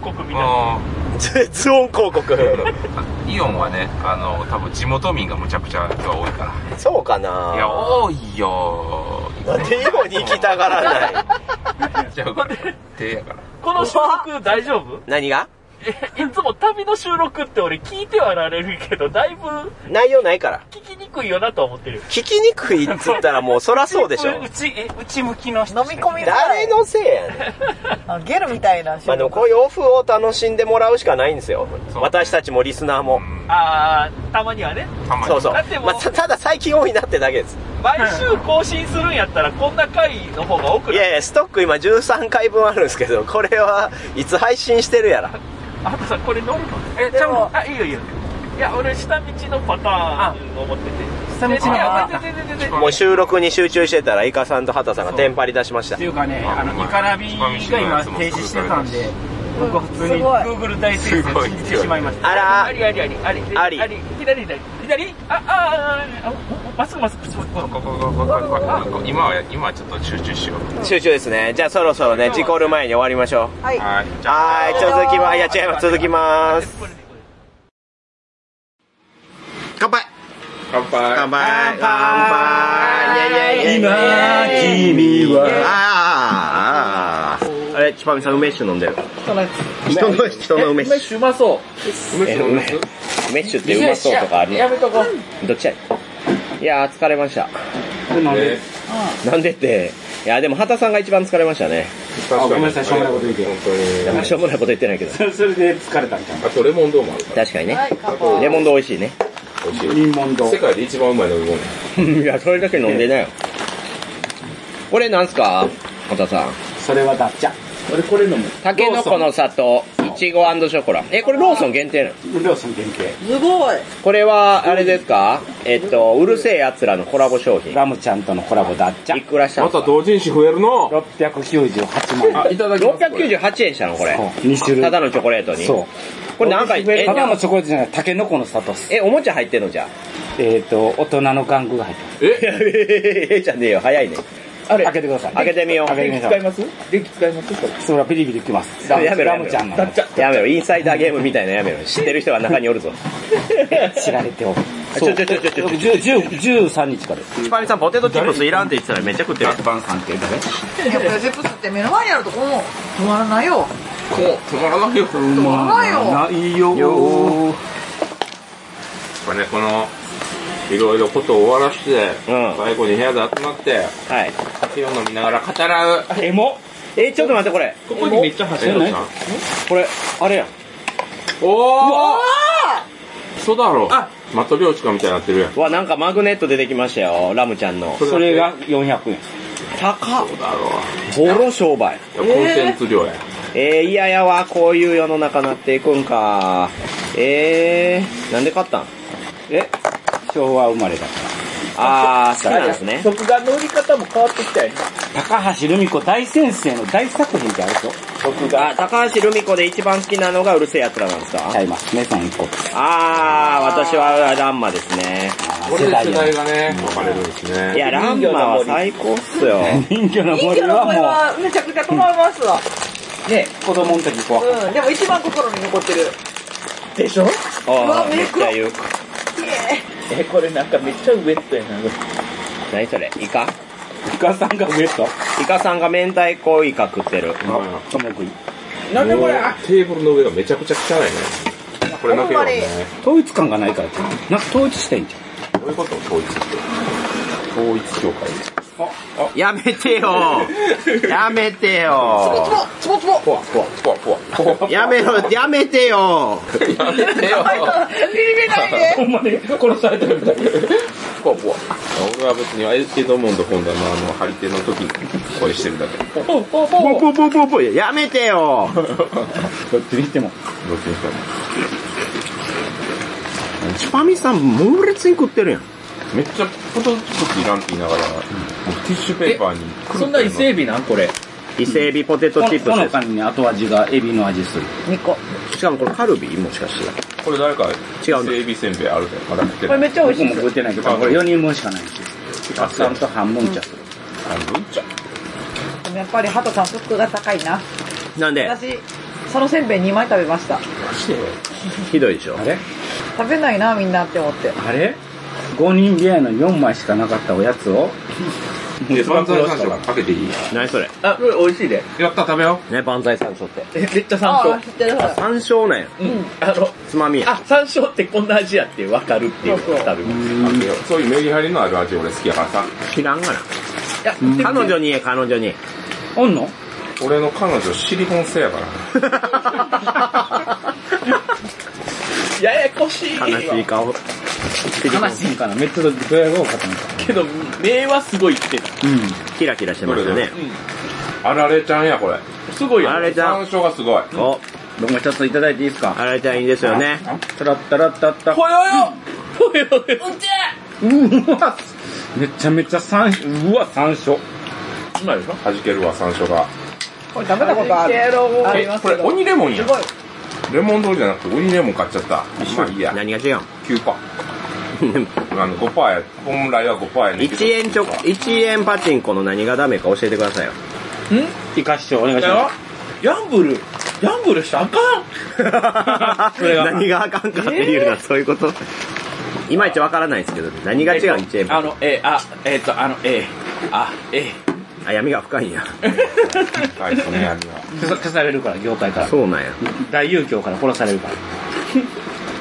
S2: 告みたいな。
S3: も
S1: 絶音広告。
S3: うイオンはね、あの、多分地元民がむちゃくちゃ今日は多いか。
S1: そうから
S3: いや、
S1: な。
S3: 多いよ。
S1: なんで囲碁に行きたがらない。
S3: ちゃうから。手やから。
S2: この収録大丈夫
S1: 何が
S2: えいつも旅の収録って俺聞いてはられるけど、だいぶ
S1: 内容ないから。
S2: 聞きにくいよなとは思ってる。
S1: 聞きにくいっつったらもうそらそう でしょ。
S7: うち、え、内向きの人。
S4: 飲み込みづら
S1: 誰
S4: い。
S1: のせいやねん。
S4: あのゲルみたいな。
S1: まあでもこういうオフを楽しんでもらうしかないんですよ。
S3: そう
S1: 私たちもリスナーも。
S2: あー、たまにはね。
S3: たまに。
S1: そうそう。
S2: だってもう
S1: まあたただ最近多いなってだけです。
S2: 毎週更新するんやったら、こんな回の方が多く
S1: い
S2: ない
S1: やいや、ストック今13回分あるんですけど、これはいつ配信してるやら。
S2: あとさ、これ乗るの
S7: え、ち
S4: で
S7: ゃん
S4: も
S7: と、あ、いいよいいよ。
S2: いや、俺、下道のパターンを持ってて。
S7: 下道の
S2: いや、全
S7: っ
S2: 然全然全然。
S1: もう収録に集中してたら、イカさんとハタさんがテンパり出しました
S7: て。いうかね、あの、イカナビが今停止してたんで、僕は普通に Google 大生成を信じてしまいました。
S1: あ
S2: あ
S1: ら
S2: りありありあり
S1: あり
S2: あり左左左ああああまっすぐまっすぐ
S3: ここここここここ今は、今はちょっと集中しよう。
S1: 集中ですね。じゃあそろそろね、事故る前に終わりましょ
S4: はい。
S3: はい。
S1: う。はーい、続きま、いや違います、続きまーす。乾杯
S3: 乾杯。
S1: 乾杯乾杯今君はあーあーあーあれチュパミさん梅酒飲んでる人の人の梅酒
S2: うまそう
S1: え梅梅酒ってうまそうとかあるの
S2: めとこう
S1: どっちやいやー疲れましたなんでっていやでも畑さんが一番疲れましたね
S3: あごめんな
S5: さいしょうもないこと言うけど
S3: 本当に
S1: いやまあしょうもないこと言ってないけど
S5: それそれで疲れたみたい
S3: あとレモンドームあるから。
S1: 確かにね
S4: はい、乾杯。
S1: レモンド美味しい ね
S3: 美味しい
S5: な。リンモンド
S3: 世界で一番うまい飲み物。
S1: いやそれだけ飲んでなよこれなんすか畑さん
S5: それはダッチャ。俺これ飲む。
S1: タケノコの里いちごショコラえこれローソン限定なの
S5: ローソン限定。
S4: すごい。
S1: これは、あれですかえっと、うるせえ奴らのコラボ商品。
S5: ラムちゃんとのコラボダッチ
S1: い
S5: ャ。
S1: くらした
S3: ま
S1: の
S3: た同人誌増えるの
S5: 698万円。
S3: あ、いただきます。これ
S1: ?698 円したのこれ。
S5: 2種類。
S1: ただのチョコレートに。
S5: そう。
S1: これ何回、え、
S5: ただのチョコレートじゃない、タケノコの里っす。
S1: え、おもちゃ入ってんのじゃあ。
S5: えっと、大人の玩具が入ってます。
S1: え ええじゃねえよ。早いね。
S5: あれ開けてください。
S1: 開けてみよう。
S5: 開けてみましょう。
S2: ます電気使います
S5: それはピリピリきます。ラム
S1: やめろ
S5: ラムちゃんな
S1: や
S5: の
S1: めろやめろ。インサイダーゲームみたいなやめろ。知ってる人が中におるぞ。
S5: 知られておる。
S1: ちょちょちょちょちょ。
S5: 10 10 13日からです。
S1: チパミさん、ポテトチップスいらんって言ってたらめっちゃ食ってる。
S5: 番さんって誰
S4: やっぱりゼップスって目の前にあるとこも止まらないよ。
S3: 止まらないよ。
S4: 止まらないよ。
S5: ないよ
S3: これね、この、いろいろことを終わらして、
S1: うん
S3: 最後に部屋で集まって、
S1: はい。
S3: 酒を飲みながら語らう。
S5: エモ
S1: え、ちょっと待って、これ。
S3: ここにめっちゃ走るじゃん。
S1: これ、あれやん。
S3: おークソだろ。的漁師かみたいになってるやん。
S1: うわ、なんかマグネット出てきましたよ。ラムちゃんの。
S5: それが400円。
S1: 高っ
S3: そうだろ
S1: ボロ商売。
S3: う。いやコンテンツ量や。
S1: えー、いややわ、こういう世の中なっていくんか。えー、なんで買ったん
S5: え昭和生まれだから。
S1: あー、好きなんですね。
S2: 食が乗り方も変わってきたよね
S5: 高橋留美子大先生の大作品ってあると
S1: あ、高橋留美子で一番好きなのがうるせえ奴らなんですか、
S5: ちゃいます。メソン一個。
S1: あー、私はランマですね。
S5: あー
S3: これで世
S5: や
S3: 代がね、分かれるんですね。
S1: いや、ランマは最高っす よ。
S5: 人魚の
S4: 人
S5: 森
S4: 魚の
S5: は
S4: 声
S5: も
S4: はめちゃくちゃ止まりますわ。
S5: う、ね、子供の時怖かっ
S4: うん。でも一番心に残ってる。
S2: でしょ
S1: あ
S4: わ
S1: ー、め
S4: め
S1: っ
S4: っ
S1: ち
S4: ち
S1: ゃ
S4: ゃ
S1: 言う。
S2: えこれなん かめっちゃウエットやな
S1: 何それイカ
S5: た。イカさんが上と、
S1: イカさんが明太子イカ食ってる。
S3: あ
S5: とも食い。
S3: なんでこれテーブルの上がめちゃくちゃ汚いね。これなければね。
S5: 統一感がないからって。なんか統一してんじゃん。
S3: どういうこと統一って。統一協会。
S1: やめてよやめて よ
S4: ツボツボツボツボ
S3: ポワポワ。
S1: やめろやめてよ
S3: やめてよ。
S4: ビビりないで
S2: ほんまに殺されてるみたい。
S3: ポワポワ。俺は別にあえてドモンと本田のあの、張り手の時に声してるだけ。
S1: ポポポポポやめてよ
S5: どっちにしても。
S3: どっちにしても。
S1: チュパミさん猛烈に食ってるやん
S3: めっちゃポトフクいらんって言いながら、もうティッシュペーパーに。
S2: そんな伊勢海老なんこれ。
S1: 伊勢エビポテトチップ
S5: ほ
S1: ス
S5: の
S1: で
S5: かに後味がエビの味する。
S1: すしかもこれカルビもしかして
S3: これ誰か、
S1: 違うの
S3: 整備せんべいあるで、まだ食って
S4: これ
S3: る。
S4: めっちゃ美
S5: 僕
S4: 味しい
S5: も食ってないけど、これ4人分しかないし。
S3: あ、そう
S5: カツ
S3: や
S5: んと半分茶する。
S3: あの、うんちゃん。
S4: でもやっぱりハトさんフックが高いな
S1: なんで
S4: 私そのせんべい2枚食べました
S1: ひどいでしょ
S4: 食べないなみんなって思って
S5: あれ ?5 人部屋の4枚しかなかったおやつを
S3: で、万歳三章かけていい
S1: 何それ
S2: あ、これ美味しいで。
S3: やった、食べよ
S1: ね万歳山椒って
S2: え絶対山
S4: あ
S2: 椒
S4: あ。知ってるそう
S1: 山椒なんや
S2: うん。あの、
S1: つまみや
S2: あ、山椒ってこんな味やって分かるっていうのが多分。
S3: う。かけようそういうメリハリのある味俺好きやからさ。
S1: 知らんがな
S2: いう や、
S1: 彼女に言え彼女に
S5: おんの
S3: 俺の彼女シリコン製やから。
S2: ややこしいわ。
S1: 悲しい顔
S5: 悲しいんかなめっちゃどやが多かったのか。
S2: けど、目はすごいって。
S5: うん。
S1: キラキラしてましたね
S3: あられちゃんや、これ。
S2: すごいよ
S1: あ。れちゃ
S3: 山
S1: ん
S3: 椒がすごい。
S1: お
S5: 僕も一ついただいていいですか
S1: あれちゃんいいですよね
S5: タラッタラッタッタ。
S2: ほよよほよよ
S5: うわめちゃめちゃ山椒、うわ、山椒。
S2: うまいでしょ
S3: 弾けるわ、山椒が。
S4: これ食べたことあるあり
S3: え
S4: ま、す
S3: こ
S4: け
S3: れ
S4: ど
S3: 鬼レモンや
S4: す。ごい
S3: レモン通りじゃなくて鬼レモン買っちゃった。まあいいや。
S1: 何が違う
S3: 9%。あの、5%や。本来は5%やねんけど。
S1: 1円ちょ1円パチンコの何がダメか教えてくださいよ
S5: イカ師匠、お願いし
S2: だ
S5: ま
S2: よヤンブル、ヤンブルしたらあかん
S1: 何があかんかっていうのはそういうこといまいちわからないですけど何が違う1円
S2: あの、えー、あ、えっ、と、あの、えー、あ、え
S1: あ闇が深いんや
S3: はい、その闇は。
S5: す。消されるから、業界から。
S1: そうなんや
S5: 大遊興から殺されるから。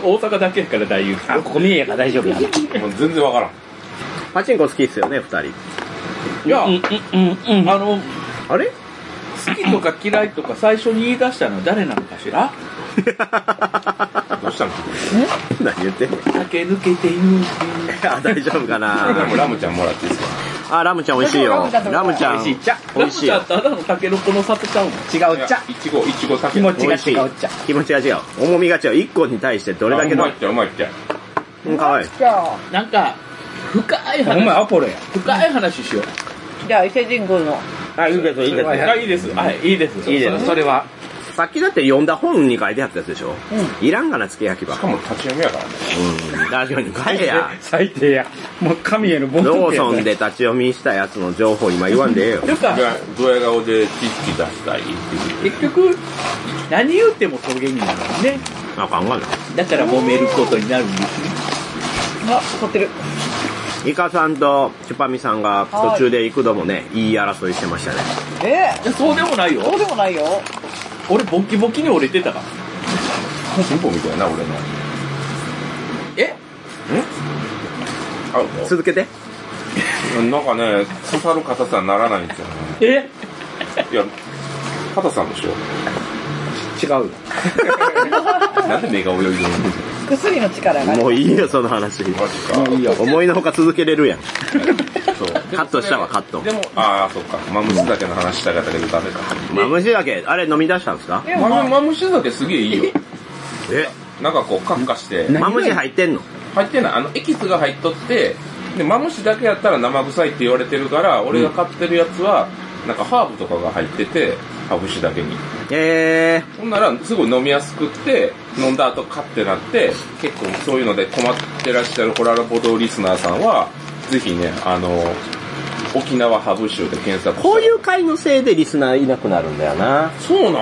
S2: ー、大阪だけやから大勇気。
S5: あ、ここ見えやから大丈夫やな。
S3: もう全然わからん。
S1: パチンコ好きっすよね2人
S2: いや、
S5: うん、うん、
S2: あの、
S1: あれ
S2: 好きとか嫌いとか最初に言い出したのは誰なのかしら
S3: どうしたの
S1: 何言ってんの
S2: 酒抜けている。
S1: あ大丈夫か
S3: で
S1: な
S3: もラムちゃんもらっていいですか
S1: あラムちゃん美味しいよラムちゃん
S2: 美味しい茶。
S1: 美味しい
S2: ラムちゃんただの竹のこの里ちゃうもん。
S5: 違
S3: いうや
S5: 茶。
S3: いちご、いちご酒。
S5: 気持ち
S1: 美
S5: が
S1: 味しい
S5: 違う茶。
S1: 気持ちが違う重みが違う1個に対してどれだけ
S3: あうま
S1: の
S3: いって、うまいって。
S1: うんかわいい
S4: じゃあ
S2: なんか、深い
S5: お前
S2: 話、
S5: アポロや。
S2: 深い話しよう。
S4: じゃあ伊勢神宮の
S1: あいいですいいです
S2: あ、いいです。はい、いいです。
S1: いいです
S2: それは。
S1: さっきだって読んだ本に書いてあったやつでしょいらんがなつけ焼き場
S3: しかも立ち読みやからね。
S1: うんラジオに書いてや
S5: 最低や。もう神への冒
S1: ロ
S5: 涜
S1: ー
S5: や
S1: ソンで立ち読みしたやつの情報今言わんでええよ。
S2: よか、
S3: でドヤ顔で知識出したいって言っ
S2: 結
S3: て
S2: 局、何言っても表現になるもんね。
S1: あかんがな。
S2: だから揉めることになるんですね。
S4: あ撮ってる
S1: イカさんとチュパミさんが途中で幾度もね、いい争いしてましたね。
S4: え
S2: いやそうでもないよ
S4: ー、。そうでもないよ
S2: 俺、ボキボキに折れてたから。
S3: チンポみたいな、俺の。
S2: え
S3: あ
S1: 続けて。
S3: なんかね、刺さる硬さにならないんですよね。
S2: え
S3: いや、硬さんでしょ。
S5: 違うよ。
S3: なんで目が泳いでるの
S4: 薬の力が
S1: もういいよ、その話。
S3: マジか。
S5: いいよ。
S1: 思いのほか続けれるやん。
S3: そう。
S1: カットしたわ、カット
S3: で。も、ああ、そっか。マムシ酒の話したかったけどダメか。
S1: マムシ酒、あれ飲み出したんですか
S4: で
S3: マ
S4: も、ま
S3: ムマ
S4: あ、
S3: ムシ酒すげえいいよ。
S1: え
S3: なんかこう、カッ カして、
S1: マムシ入ってんの
S3: 入ってない。あの、エキスが入っとって、で、マムシだけやったら生臭いって言われてるから、俺が買ってるやつは、なんかハーブとかが入ってて、ハブシだけに。
S1: え
S3: ほんなら、すごい飲みやすくって、飲んだ後、カってなって、結構そういうので困ってらっしゃるホラーボドリスナーさんは、ぜひね、あの、沖縄ハブ州で検索。
S1: ー、こういうう会のせいでリスナーいなくなるんだよな。
S3: そうなん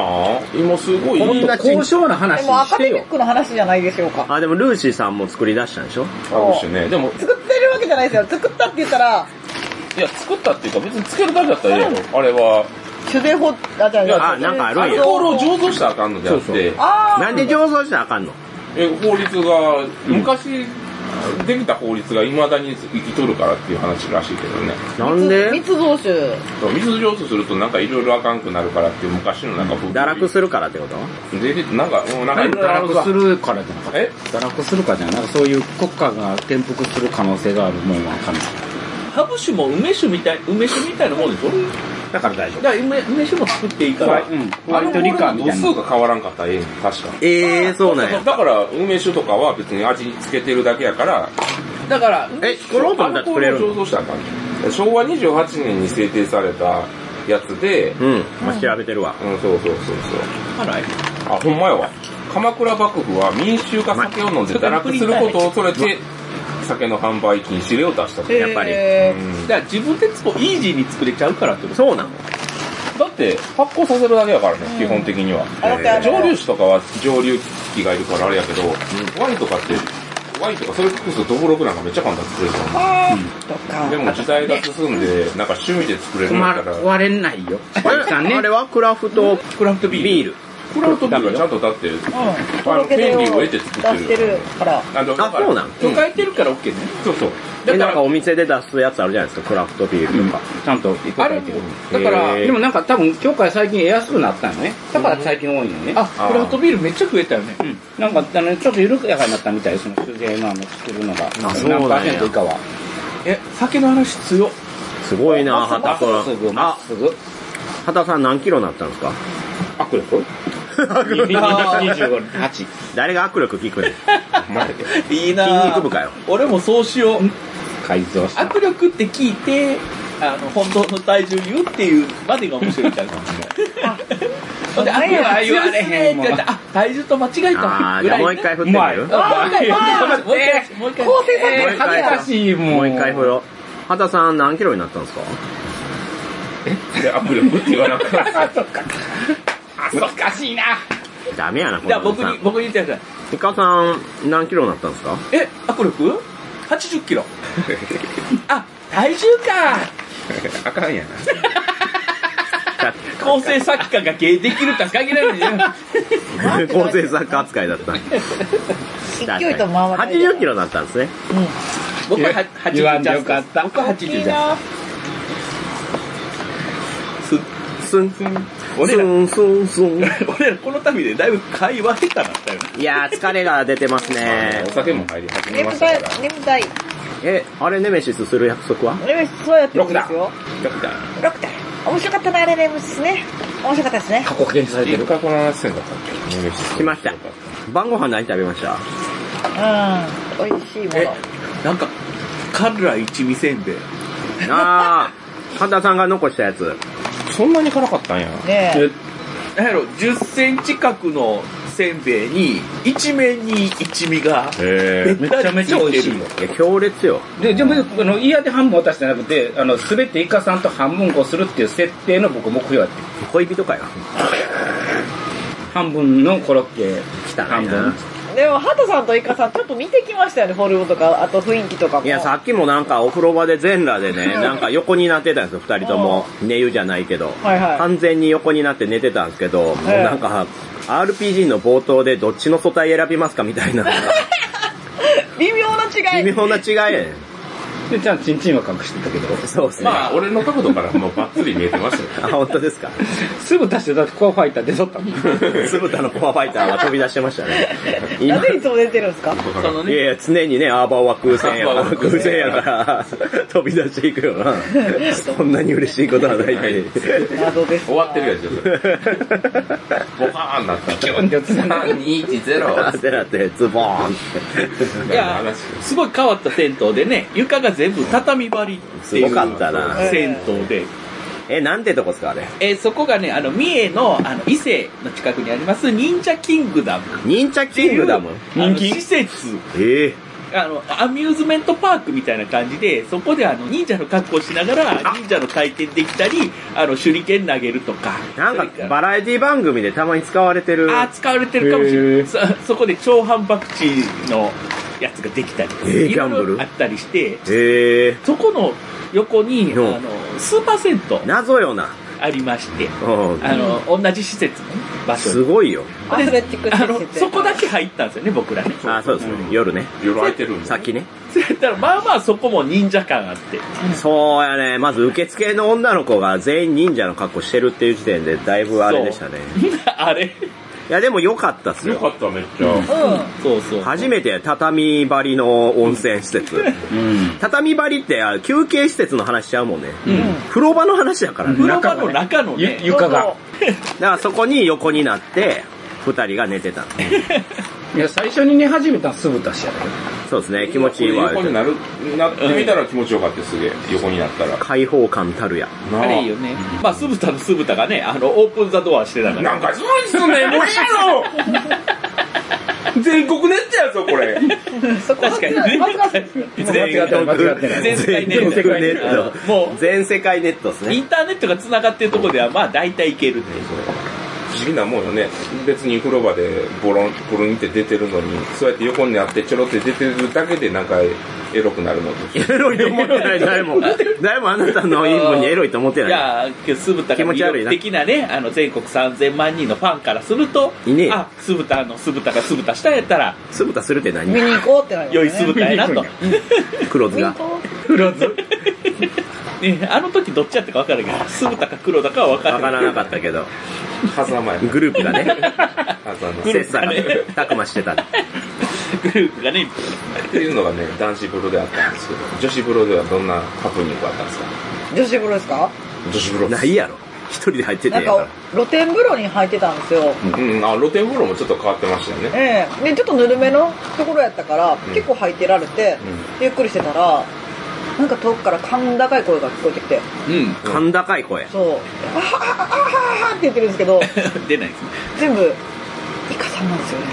S3: 今すごい。
S5: もっと高尚な話
S4: でもア
S5: し
S4: カ
S5: て
S4: デミ
S5: よ
S4: ッ。クの話じゃないでしょうか
S1: あ、でもルーシーさんも作り出したんでしょ
S3: ハブ州ね。でも、
S4: 作ってるわけじゃないですよ作ったって言ったら
S3: いや、作ったっていうか、別につけるだけだったらええやろ。あれは、
S4: 手でほあじゃあ
S3: いや
S1: あなんかあるん
S3: ア
S1: や
S3: ルコールを醸造したらあかんのであって、
S4: あ
S1: なんで醸造したらあかんの
S3: え法律が、昔、できた法律がいまだに生きとるからっていう話らしいけどね
S1: なんで
S4: 密造酒。
S3: そう水上手するとなんかいろいろあかんくなるからっていう昔のなんか
S1: 堕落するからってこと
S3: でなんかもうなんかいろいろあ
S5: 堕
S3: る
S5: 落
S3: わ
S5: するからじゃなかった
S3: え
S5: 堕落するからじゃないなんかそういう国家が転覆する可能性があるもんはあかんない
S2: ハブ酒も梅酒みたい、梅酒みたいなもんでしょ
S5: だから大丈
S2: だから梅梅酒も作っていいから。
S5: 夫うんホ
S3: あ
S5: ワ
S3: れ
S5: イ
S3: も
S5: トリカーみ
S3: 度
S5: たいな
S3: 数が変わらんかったらええねん確か
S1: ええー、そうなんや。
S3: だから梅酒とかは別に味につけてるだけやから
S2: だから、
S1: え、作ろうと思ったら
S3: アルコ
S1: 作
S3: ー
S1: れ
S3: ルを
S1: るの
S3: 醸造したらあかんねん昭和28年に制定されたやつで、
S1: うん。まあ、調べてるわ。
S3: うん、そうそうそうそう。あ、ほんまやわ。鎌倉幕府は民衆が酒を飲んで堕落することを恐れて、酒の販売禁止令を出したと。
S2: えー
S1: やっぱり
S3: うん
S2: だから自分でこうイージーに作れちゃうからってこと。
S1: そうなの
S3: だって発酵させるだけやからね、基本的には。
S4: あだってあれ
S3: 蒸留酒とかは蒸留機がいるからあれやけど、ワインとかって、ワインとかそれこそドブロクなんかめっちゃ簡単に作れると思
S4: とか
S3: う。でも時代が進んで、なんか趣味で作れるんだ
S5: ま
S3: ったら、
S5: 割れないよ
S1: あれあれはクラフト
S3: クラフトビール。
S1: ビール。
S3: クラフトビールはちゃんとだって、
S4: うん。
S3: あの、
S4: 届け
S3: 権
S4: 出を
S3: 利を得て
S4: 出
S3: 作っ
S4: してて
S3: る。
S4: るから。
S3: あ、だ
S1: あ、
S3: から
S1: そうなん
S2: 都会てるから OK ね。
S3: そうそう。
S1: え、なんかお店で出すやつあるじゃないですか、クラフトビールとか。
S5: ちゃんと行こう
S2: あ
S5: か
S2: れ
S5: 言っ
S2: も
S5: てる、
S2: だから、
S1: へー
S5: でもなんか多分教会最近エアスくなったのねだから最近多いのね
S2: あ、クラフトビールめっちゃ増えたよね。
S5: うんなんかあのちょっと緩やかになったみたいその酒税のあの作るのが
S1: そうなんや
S5: 何パーセント以下は
S2: え、酒の話強っ。
S1: すごいな、
S5: まっ
S1: 畑く
S5: すぐ
S1: ん。
S5: ま
S1: あ
S5: っ、すぐ
S1: 畑さん何キロになったんですか
S5: 握力28
S1: 誰が握力聞くねん。
S2: いいな
S1: 筋
S2: ぁ
S1: 肉部かよ。
S2: 俺もそうしよう。
S5: 改造した
S2: 握力って聞いて、あの、本当の体重言うっていうまでが面白いんちゃうかもし れない。で、握力強いですねって言って、あ、体重と間違え
S1: あ
S2: た
S1: ー、
S2: ぐ
S1: じゃ
S2: ら
S1: あ
S2: い。
S1: もう一回振ってみる
S2: あもう一回、もう一回、もう一回。
S4: 構成作
S1: もう
S4: 業
S1: 一
S4: か
S1: 回
S4: や
S1: か。もう一回振ろう。畑さん何キロになったんですか
S3: で、アップルって言わなくて。
S2: 難しいな
S1: ダメやな、こ
S2: じゃあ
S1: のおじ
S2: 僕
S1: さ
S2: に、
S1: ん。
S2: 僕に言ってください。
S1: イカさん何キロになったんですか
S2: え、握力 ?80 キロ。あ、体重か
S3: あかんやな。
S2: 構成作家が芸できるとは限らないじゃん。
S1: 構成作家扱いだった。
S4: 勢いと回らない
S1: 80キロだったんですね。
S2: 僕は80
S5: 言わん
S2: じ
S5: で
S2: ゃ
S5: よかった
S2: 僕は80じゃん。
S1: すん、すん、
S2: 俺
S1: す
S2: ら
S1: ん、すん、すん。
S2: 俺らこの旅でだいぶ会話下手なったよね。
S1: いやー、疲れが出てますね
S3: お。酒も入り始めま
S4: 眠
S3: したた
S4: い
S3: から。、
S4: 眠たい。
S1: え、あれネメシスする約束は
S4: あれはそうやってるんですよ。6体。面白かったな、あれね、ですね。面白かったですね。
S5: 過去形されて
S3: 一
S5: る
S3: 回この話せんかったっけ
S1: 来ました。晩ご飯何食べました
S4: うん。美味しいもの。
S2: なんか、辛い一味せんべい。
S1: あー、神田さんが残したやつ。
S3: そんなに辛かったんや。
S4: ねえ。
S2: なんやろ、10センチ角のせんべいに、一面に一味が、
S3: へ
S2: べったりついてる
S5: めちゃめちゃ美味しいよ
S1: いや、強烈よ。
S5: ででもあの嫌で半分渡してなくてあの全てイカさんと半分こするっていう設定の僕目標やって
S1: 恋人かよ。
S5: 半分のコロッケ
S1: 汚
S5: 半
S1: いな
S5: 分。
S4: でも、ハトさんとイカさん、ちょっと似てきましたよね、フォルムとか、あと雰囲気とかも。
S1: いや、さっきもなんかお風呂場で全裸でね、なんか横になってたんですよ、二人とも。寝湯じゃないけど。
S4: はいは
S1: 完全に横になって寝てたんですけど、もうなんか、RPG の冒頭でどっちの素体選びますかみたいな、
S4: い。微妙な違い。
S1: 微妙な違いやねん。
S5: でちゃんとチンチンは隠してたけど
S1: そうですね。
S3: まあ、俺の角度からもうバッツリ見えてましたよ。
S1: あ、本当 ですか。
S5: すぐ出してだってコアファイター出とったもん
S1: 酢豚のコアファイターが飛び出してましたね。
S4: な
S1: 今
S4: んでいつも出てるんですか
S2: その
S1: い
S2: ね、
S1: やいや、常にね、アーバーは空戦やか
S3: アー
S1: ら、
S3: バーは
S1: 空
S3: 空
S1: 戦
S3: 戦
S1: や
S3: や
S1: か、
S3: から
S1: 飛び出していくよな。そんなに嬉しいことはないっていう。
S4: 謎です。
S3: 終わってるやつですよ。ボカーンなった。
S1: あ
S3: 321
S1: てなって、ズボーンって。
S3: みたいな話。
S2: すごい変わった銭湯でね、床が全部畳張りって
S1: す
S2: い
S1: ご
S2: う
S1: かったな。
S2: 銭湯で、
S1: え、なんてとこですか、あれ。
S2: えーそこがね、あの、三重の、あの、伊勢の近くにあります、忍者キングダム。
S1: 忍者キングダム
S2: 人気施設。
S1: ええ
S2: あの、アミューズメントパークみたいな感じで、そこであの、忍者の格好をしながら、忍者の体験できたり、あの、手裏剣投げるとか。
S1: なん
S2: そ
S1: か、
S2: れら
S1: バラエティ番組でたまに使われてる。
S2: あー、使われてるかもしれない。そ、そこで超反爆地のやつができたり、
S1: えー
S2: いろいろ
S1: ギャンブル
S2: あったりして、
S1: ええ
S2: そこの横に、あ
S1: うん
S2: の、スーパー銭湯。
S1: 謎よな。
S2: ありまして、
S1: うん
S2: あの、同じ施設のね場所
S1: すごいよ。
S2: アスレチックあの、そこだけ入ったんですよね、僕らね。
S1: あ、そうですね。夜ね。
S3: 夜空いてるんで
S1: さっきね。
S2: それやったら、まあまあそこも忍者感あって。
S1: そうやね。まず受付の女の子が全員忍者の格好してるっていう時点で、だいぶあれでしたね。
S2: あれ
S1: いや、でも良かったっす
S3: よ
S1: よ。
S3: かった、めっちゃ。
S2: そうそう。
S1: 初めて畳張りの温泉施設。畳張りってあ休憩施設の話しちゃうもんね。風呂場の話だからね。
S2: 風呂場の中のね、
S5: 床が。
S1: だからそこに横になって、二人が寝てたの。
S5: いや、最初に寝始めたの酢豚氏やね。
S1: そうですね、気持ちいいわ。
S3: 横になる、なってみたら気持ちよかった、すげえ。横になったら。
S1: 開放感たるや。
S3: な
S2: あれいいよね。まあ、酢豚の酢豚がね、あの、オープンザドアしてたか
S3: な
S2: ら。
S3: んかすごいっすね、もういいやろ全国ネットやぞ、これ。
S2: 確かにね。
S5: 間違ってない、間違ってない。
S2: 全世界ネット。
S1: 全世界ネット
S2: うんも
S1: 全世界ネットです
S2: う、イ
S1: ね。
S2: ンターネットが繋がってるとこでは、まあ、大体いけるっていう。
S3: 不思議なもんよね。別に風呂場でボロン、ボロンって出てるのに、そうやって横になってちょろって出てるだけでなんかエロくなるのと。
S1: エロいと思ってない、誰も。誰もあなたの陰部にエロいと思って
S2: い
S1: ない。
S2: やー、酢豚が
S1: 気持ち
S2: 魅
S1: 悪い
S2: 力
S1: な
S2: 的なね、あの、全国3000万人のファンからすると、
S1: いねえ
S2: あ、酢豚の酢豚が酢豚したんやったら、
S1: 酢豚するって何
S4: 見に行こうってなる
S2: 良
S4: よ
S2: い酢豚やなと。
S1: 黒酢が。
S2: ね、あの時どっちやったか分からんけど、酢豚か黒だかは分から
S1: わ
S2: ん
S1: からなかったけど。
S3: 狭間やな。
S1: グループがね、
S3: 狭間。
S1: 切磋がたくましてた。
S2: グループがね、
S3: っていうのがね、男子風呂であったんですけど、女子風呂ではどんなハプニングがあったんですか
S4: 女子風呂ですか
S3: 女子風呂。
S1: ないやろ。一人で入ってて
S4: なん
S1: やから
S4: か。露天風呂に入ってたんですよ、
S3: うん、あ、露天風呂もちょっと変わってましたよね。
S4: ええでちょっとぬるめのところやったから、
S3: ん
S4: 結構入ってられて、ゆっくりしてたらなんか遠くから甲高い声が聞こえてきて
S2: うん。
S1: 甲高い声。
S4: そう「あははあははは」って言ってるんですけ ど
S2: 出ないですね。
S4: 全部イカさんなんですよね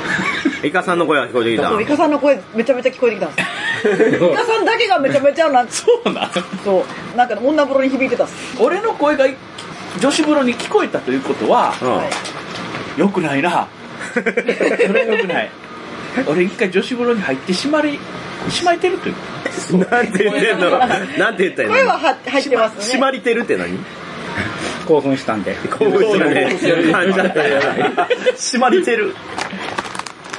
S1: イカさんの声が聞こえてきた
S4: そう。イカさんの声めちゃめちゃ聞こえてきたんですよ イカさんだけがめちゃめちゃなんて
S2: そうなん
S4: そうなんか女風呂に響いてたっす
S2: 俺の声が女子風呂に聞こえたということは、
S1: う
S2: 良くないな。それは良くない。俺一回女子風呂に入ってしまり、しまいてるという。
S1: ん。なんて言ってんのなんて言ったん
S4: 声
S1: や
S4: はは入ってますね
S1: 締まりてるって何
S5: 興奮したんで。
S1: 興奮したね。締まりてる。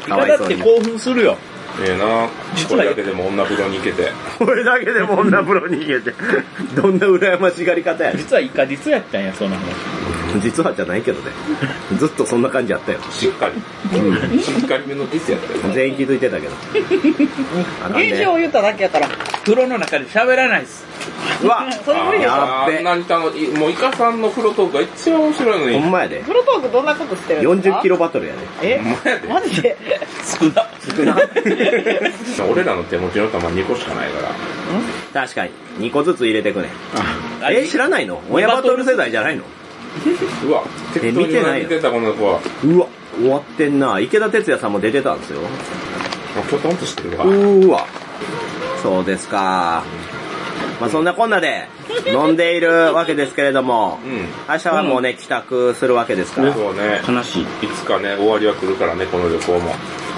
S1: かわい
S2: だ
S1: そ
S2: っ
S1: う
S2: て
S1: に。
S2: 興奮するよ。
S3: ええな
S2: 実
S3: こ
S2: は
S3: れだけでも女風呂に行けて。
S1: これだけでも女風呂に行けて。どんな羨ましがり方やね
S2: 実はイカ実やったんや、その話。
S1: 実はじゃないけどね。ずっとそんな感じやったよ。
S3: しっかり。しっかりめのディスやったよね。
S1: 全員気づいてたけど。あかん
S4: 現
S1: ね
S4: 状を言っただけやから
S2: 風呂の中で喋らないっす。
S1: うわ
S4: それ無理でしょ
S1: や
S3: あ
S1: っべ
S3: ーあんなに楽しい。もうイカさんの風呂トークが一番面白いのに。
S1: ほんまやで。
S4: 風呂トークどんなことしてるんですか
S1: 40キロバトルやで。
S4: えマジで
S2: 少な。
S3: 俺らの手持ちの玉2個しかないから。
S1: 確かに。2個ずつ入れてくね。
S2: あ
S1: え、知らないの親バトル世代じゃないの
S3: うわ、適当に
S1: 見てない
S3: 見
S1: よ
S3: てたこの子は。
S1: うわ、終わってんな。池田哲也さんも出てたんですよ。
S3: もうきょとんとしてるわ。
S1: うーわ。そうですか。まあそんなこんなで飲んでいるわけですけれども、
S3: うん。
S1: 明日はもうね、帰宅するわけですから、
S3: そうね。
S5: 悲しい。
S3: いつかね、終わりは来るからね、この旅行も。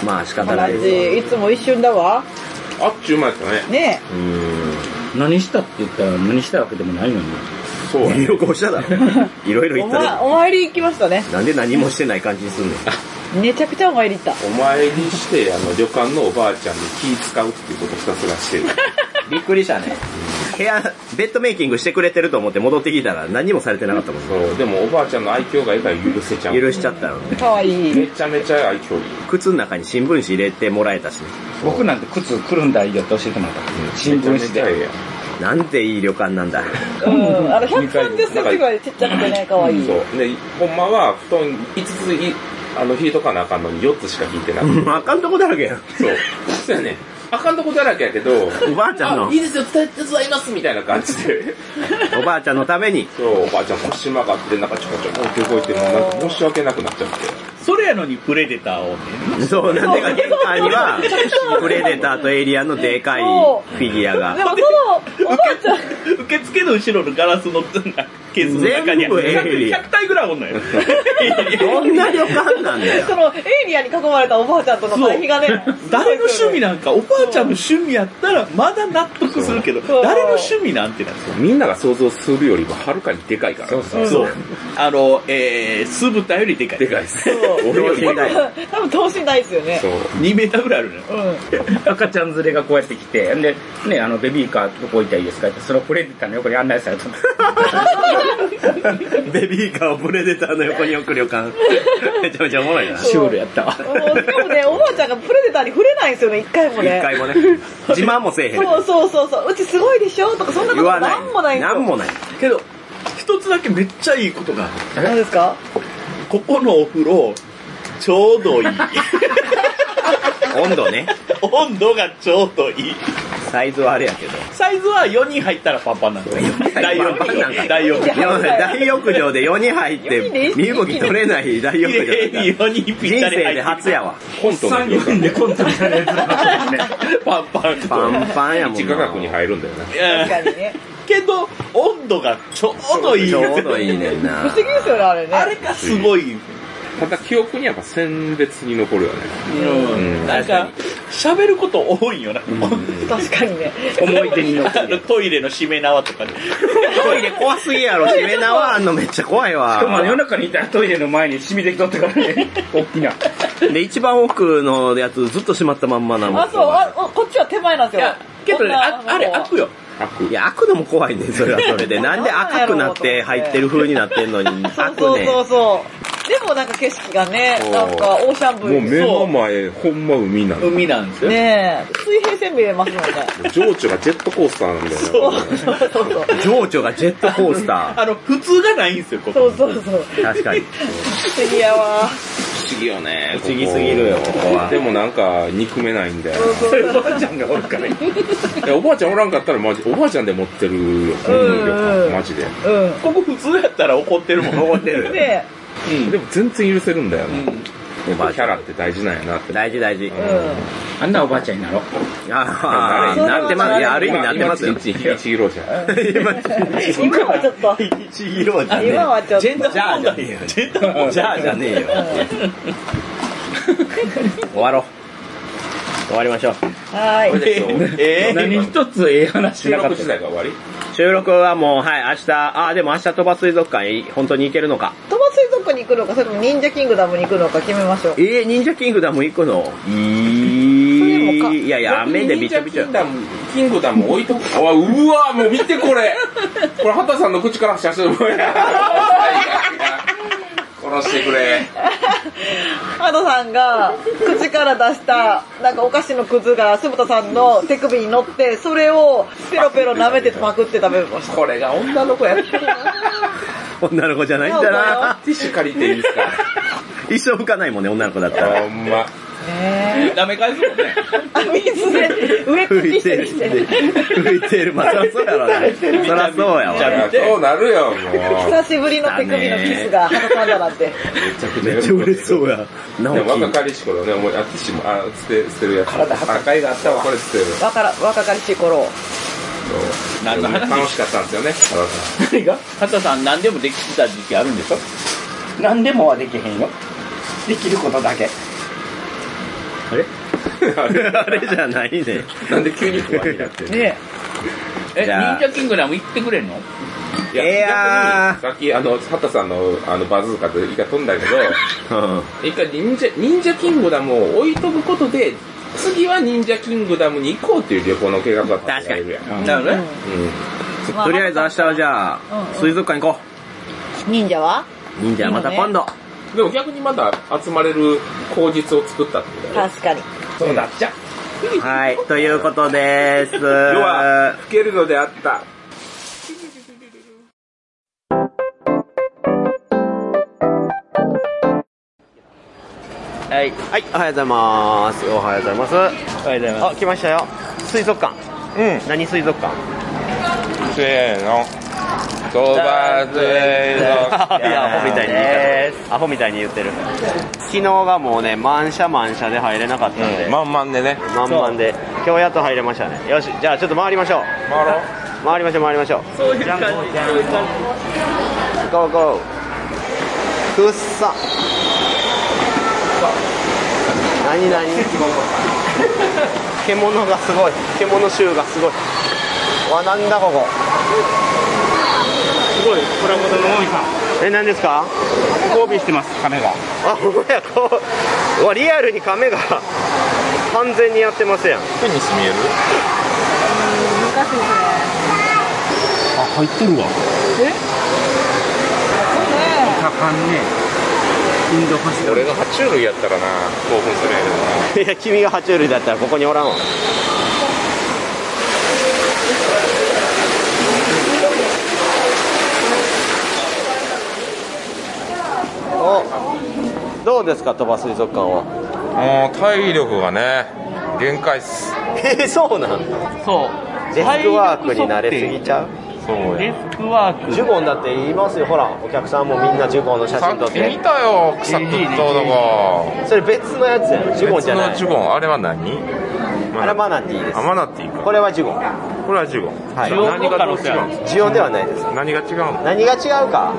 S1: まあ仕方ない
S4: 同
S1: ですよ。
S4: じいつも一瞬だわ
S3: あっちゅうまやったね。
S4: ね
S1: うーん。
S5: 何したって言ったら何したわけでもないのに。
S3: そうやね。
S1: 旅行しただろ。 いろいろ
S4: え
S1: 言
S4: お,、
S1: った
S4: ま、
S1: ね。
S4: お参り行きましたね
S1: なんで何もしてない感じにすんの
S4: めちゃくちゃお参り行った
S3: お参りして、あの、旅館のおばあちゃんに気使うっていうことひたすらしてる。
S1: びっくりしたね。部屋、ベッドメイキングしてくれてると思って戻ってきたら何もされてなかったもん。
S3: そう、でもおばあちゃんの愛嬌がいいから許せちゃう。
S1: 許しちゃったのね。
S4: かわ い
S3: め
S4: い
S3: ちゃめちゃ愛嬌いい。
S1: 靴の中に新聞紙入れてもらえたしね。
S5: 僕なんて靴くるんだよって教えてもらった。新聞
S3: めちゃめ
S5: 紙
S3: ちゃ
S5: で。
S3: ええやん。
S1: なんていい旅館なんだ。
S4: うんあの130センチぐらいちっちゃくてねかわいい
S3: そう。で、ほんまは布団5つい、あの、引いとかなあかんのに4つしか引いてなくて。
S1: あかんとこだらけやん。
S3: そう。そうやね。あかんとこだらけやけど、
S1: おばあちゃんの
S3: あ、いいですよ、手伝いますみたいな感じで。
S1: おばあちゃんのために、
S3: そう、おばあちゃん腰曲がって、なんかちょこちょこって動いても、なんか申し訳なくなっちゃって。
S2: それやのにプレデターをね。
S1: そう、なんでか玄関には、プレデターとエイリアンのでかいフィギュア
S4: で
S1: が。
S4: もそのおばあちゃん
S2: 受付の後ろのガラスの、ケースの中に
S1: 全部エイリアン
S2: 100, 体ぐらいおん のよ。
S1: どんな旅館なんだよ。
S4: そのエイリアンに囲まれたおばあちゃんとの対比がね
S2: 誰の趣味なんか、おばあちゃんの趣味やったらまだ納得するけど、
S4: そう
S2: 誰の趣味なんてなんですよ。
S3: みんなが想像するよりもはるかにでかいから。そうそう
S2: そう。あの、えー、酢豚よりでかい。
S3: でかいです。
S1: 俺より高い。
S4: 多分等身大ですよね
S3: そう。
S2: 2メーターぐらいあるのよ。
S5: 赤ちゃん連れがこうやって来て、で、ね、あの、ベビーカーどこ置いたらいいですかって、それをプレデターの横に案内された。
S1: ベビーカーをプレデターの横に置く旅館。 めちゃめちゃおもろいな。一
S5: シュールやったわ。
S4: もうしかもねおばあちゃんがプレデターに触れないんですよね一回もね
S1: 回もね。自慢もせえへん。
S4: そうそうそうそううちすごいでしょとかそんなこ
S1: 言
S4: と
S1: わない
S4: なんもない。んです
S1: な
S4: よ
S1: んもない。
S2: けど、一つだけめっちゃいいことがある
S4: 何ですか
S2: ここのお風呂、ちょうど いい。
S1: 温度ね。
S2: 温度がちょうどいい。
S1: サイズはあれやけど。
S2: サイズは4人入ったらパンパンなんだよ。大浴
S1: パンパンなんか
S2: 場。
S1: い
S2: 大浴場。
S1: 世の中大浴場で4人入っ
S4: 四人で
S1: て
S4: 一気に
S1: 身動き取れない大浴場だ
S2: 綺
S1: った
S2: 麗に4人ぴっ
S1: 人
S2: た
S1: 生
S2: り入
S1: で
S2: って
S1: 初やわ。
S3: コントの旅館。
S8: でコントみたいなやつだったんですね。
S2: パンパン。
S1: パンパンやもんな。
S3: 一価格に入るんだよね。
S2: いや
S4: 確かにね
S2: けど、温度がちょうどいい。
S1: ちょうどいいねん
S4: 不
S1: な
S4: 思。議ですよねあれね
S2: あれがすごい。
S3: ただ記憶にやっぱ鮮烈に残るよね。
S2: うん。なんか、喋ること多いよな。
S4: 確かにね
S5: 思い出に残
S2: あの
S5: る。
S2: トイレの締め縄とかで。
S1: トイレ怖すぎやろ。締め縄あんのめっちゃ怖いわ
S5: で。も夜中にいたらトイレの前に染みてきとったから ね。大きな。
S1: で、一番奥のやつずっと閉まったまんまなの。
S4: あそうあおこっちは手前なんで
S2: い
S4: すよ
S2: や、けどね、ああれ開くよ。
S1: いや、開くのも怖いねんそれはそれで。なんで赤くなって入ってる風になってんのに、
S4: そ
S1: 開
S4: うそ
S1: く
S4: うそ
S1: ね
S4: うそうでもなんか景色がね
S3: そう
S4: なんかオーシャンブ
S3: もう
S4: ル
S3: 目の前、ほんま海なの。
S2: 海なんですよ。
S4: ねえ水平線見れますもんね
S3: 情緒がジェットコースターなんだ
S4: そ
S3: よ
S4: う
S3: ね。
S4: そうそうそう
S1: 情緒がジェットコースタ
S2: あの、普通がないんですよ、こ
S4: そ
S2: こ。
S4: うそうそう
S1: ー。確かに。
S4: 不思議やわ
S3: 不思議よね。
S1: 不思議すぎるよここは
S3: でもなんか、憎めないんだよな。
S5: そういうおばあちゃんがおるからね。
S3: いやおばあちゃんおらんかったらマジ、おばあちゃんで持ってるよ、この旅館マジで。
S4: う
S2: ここ普通やったら怒ってるもん。怒って
S4: ん。ね
S3: でも全然許せるんだよな。
S1: おばあ
S3: キ
S1: ちゃ
S3: ャ
S1: ん
S3: ラって大事なんやなって。
S1: 大事大事。
S4: えうん
S5: あんなおばあちゃんになろう。
S1: ああ、なってます。いや、ある意味なってますよ
S3: 今。一日一色じ ゃん。
S4: 今はちょっと
S1: 一色じゃね
S4: 今はちょっ
S2: ジェン
S4: と
S2: ダー問題や。ジェンダー問
S1: え。
S2: 題。
S1: じゃあじゃねえよ。終わろう。終わりましょう。
S4: はーい
S2: えー
S5: 何一つええ話し
S3: 収
S5: なか
S3: 録
S5: っ
S3: 時
S5: た。
S3: 代が終わり
S1: 収録はもう、はい、明日、ああ、でも明日鳥羽水族館、本当に行けるのか。
S4: 鳥羽水族館に行くのかそれとも忍者キングダムに行くのか決めましょう
S1: ええ、忍者キングダム行くの
S4: れもか
S1: いやいや、雨でびちゃびちゃ
S3: キン。グダム、キングダム置いとく。あうわもう見てこれ。これ、畑さんの口から写真。 殺してくれ。
S4: ハドさんが口から出したなんかお菓子のくずが酢豚さんの手首に乗ってそれをペロペロ舐めてパクって食べました
S2: これが女の子やってる
S1: 女の子じゃないんだな。
S3: ティッシュ借りていいで すか
S1: 一生浮かないもんね、女の子だったら。
S3: ほんま。
S4: ねえ
S2: ダメ返すもんね。
S4: あ水で上か
S1: 浮
S4: き
S1: い
S4: してて
S1: る
S4: る して
S1: 浮いてる。まあ、そらそうや ろね。そらそうやわ。
S3: そうなるよ、もう。
S4: 久しぶりの手首のキスがハドさんだなんて
S1: めっちゃ嬉しそうや。なお
S3: でも
S1: き
S3: 若。かりし頃ね、思い、あ、ティッシュも、あ、捨て、捨てるやつ。赤いがあったわ、これ捨てる。
S4: 若ら若かりしい頃
S3: そう
S2: 何の話
S3: 楽しかったんですよね、原さ
S5: 何が
S2: 畑さん何でもできてた時期あるんでしょ
S5: 何でもはできへんよ。できることだけ。
S1: あれじゃないね。
S3: ん。なんで急に不安にな ってる
S4: ね
S2: え、
S1: じ
S2: 忍
S1: ゃあ
S2: 者キングダム行ってくれんの
S3: いや
S1: いやー
S3: 逆にさっきあの、ハタさんのあのバズーカで一回飛んだけど、
S1: うん。
S3: 一回忍者、忍者キングダムを置いとくことで、次は忍者キングダムに行こうっていう旅行の計画だった
S1: 確かに
S3: いるやん。うん。
S2: なるほどね。
S1: とりあえず明日はじゃ
S4: うんう
S1: あ、
S4: ん
S1: 水族館行こ
S4: 忍者は
S1: う。忍者はまた今度。
S3: でも逆にまだ集まれる口実を作ったってことだよね
S4: 確かに
S3: そうなっちゃう。
S1: はい、ということです。
S3: 世は、吹けるのであった。
S2: はい。
S9: はい、おはようございます。おはようございます。
S2: おはようございま
S9: あ、来ましたよ。水族館。うん。何水族館
S3: せーの。そば水
S9: いや、アホみたいに言い方。アホみたいに言ってる。昨日がもうね、満車満車で入れなかったんで、
S3: 満々でね。
S9: 満々で。今日やっと入れましたね。よし、じゃあちょっと回りましょう。
S3: 回ろう。
S1: 回りましょう回りましょう
S2: そういう感じ。そういう感
S1: ゴーゴーくっさ何何獣がすごい獣臭がすごいわなんだここ
S5: すごい、プラごとの大井さん。
S1: え何ですか
S5: 交尾してます、亀が。
S1: あほんまやこううわリアルに亀が完全にやってますやん
S3: ペニス見える
S4: 難しいですね
S5: あ、入ってるわ。
S4: ね
S10: 果敢ねインドパシフィ
S3: 俺が爬虫類やったらな、興奮するんやけどな。
S1: いや君が爬虫類だったらここにおらんわおどうですか鳥羽水族館は
S3: もう体力がね、限界っす。
S1: えそうなん
S10: そう
S1: デスクワークに慣れすぎちゃう
S3: そう
S10: デ
S3: や。
S10: スクワーク
S1: ジュゴンだって言いますよほらお客さんもみんなジュゴンの写
S3: さ
S1: 真撮っ
S3: っき見
S1: て
S3: たよ、草食ったのが。
S1: それ別のやつやんジュゴンじゃない
S3: 別のジュゴン、あれは何
S1: あれマナティーです
S3: あ、マナティーか。
S1: これはジュゴン
S3: これはジュゴン。
S1: はい
S3: さあ何がどう違うんです
S1: ジオンではないです
S3: か何が違うの
S1: 何が違うか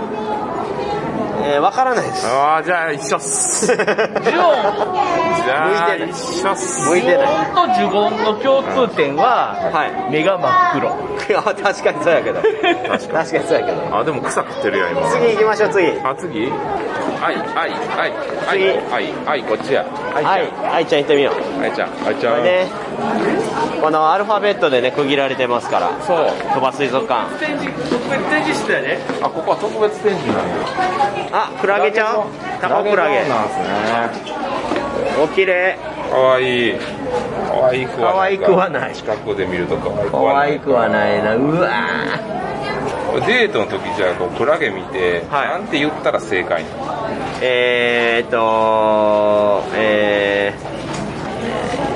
S1: えー、わからないです
S3: ああ、じゃあ一緒っす。
S2: じ。ジオン
S3: じゃ
S1: 向いてな
S3: あ
S1: い
S3: 一緒っす。
S1: 向いてない
S2: とジュゴンの共通点は、
S1: は
S2: 目が真っ黒。
S1: いあ 確かにそうやけど確かにそうやけど
S3: あ、でも草食ってるやん、今。
S1: 次行きましょう次
S3: あ、次あい、あい、あい、あ
S1: 次
S3: い、あい、あい、こっちや。あいちゃん
S1: はい愛ちゃん行ってみよう
S3: あいちゃん、あいちゃ
S1: これ
S3: ん。
S1: ねこのアルファベットでね区切られてますから
S3: そう。
S1: 鳥羽水族館
S2: 展示、特別展示室だね。
S3: あ、ここは特別展示なんだよ。
S1: あクラゲちゃんタコクラゲ
S3: なんですね。
S1: おきれ
S3: かわいい。かわいくはない。
S1: 可愛くはない
S3: 近くで見るとかわい
S1: い
S3: くはない。
S1: くはないなうわ
S3: デートの時じゃあこうクラゲ見て、
S1: はい
S3: なんて言ったら正解なの
S1: えーっとえー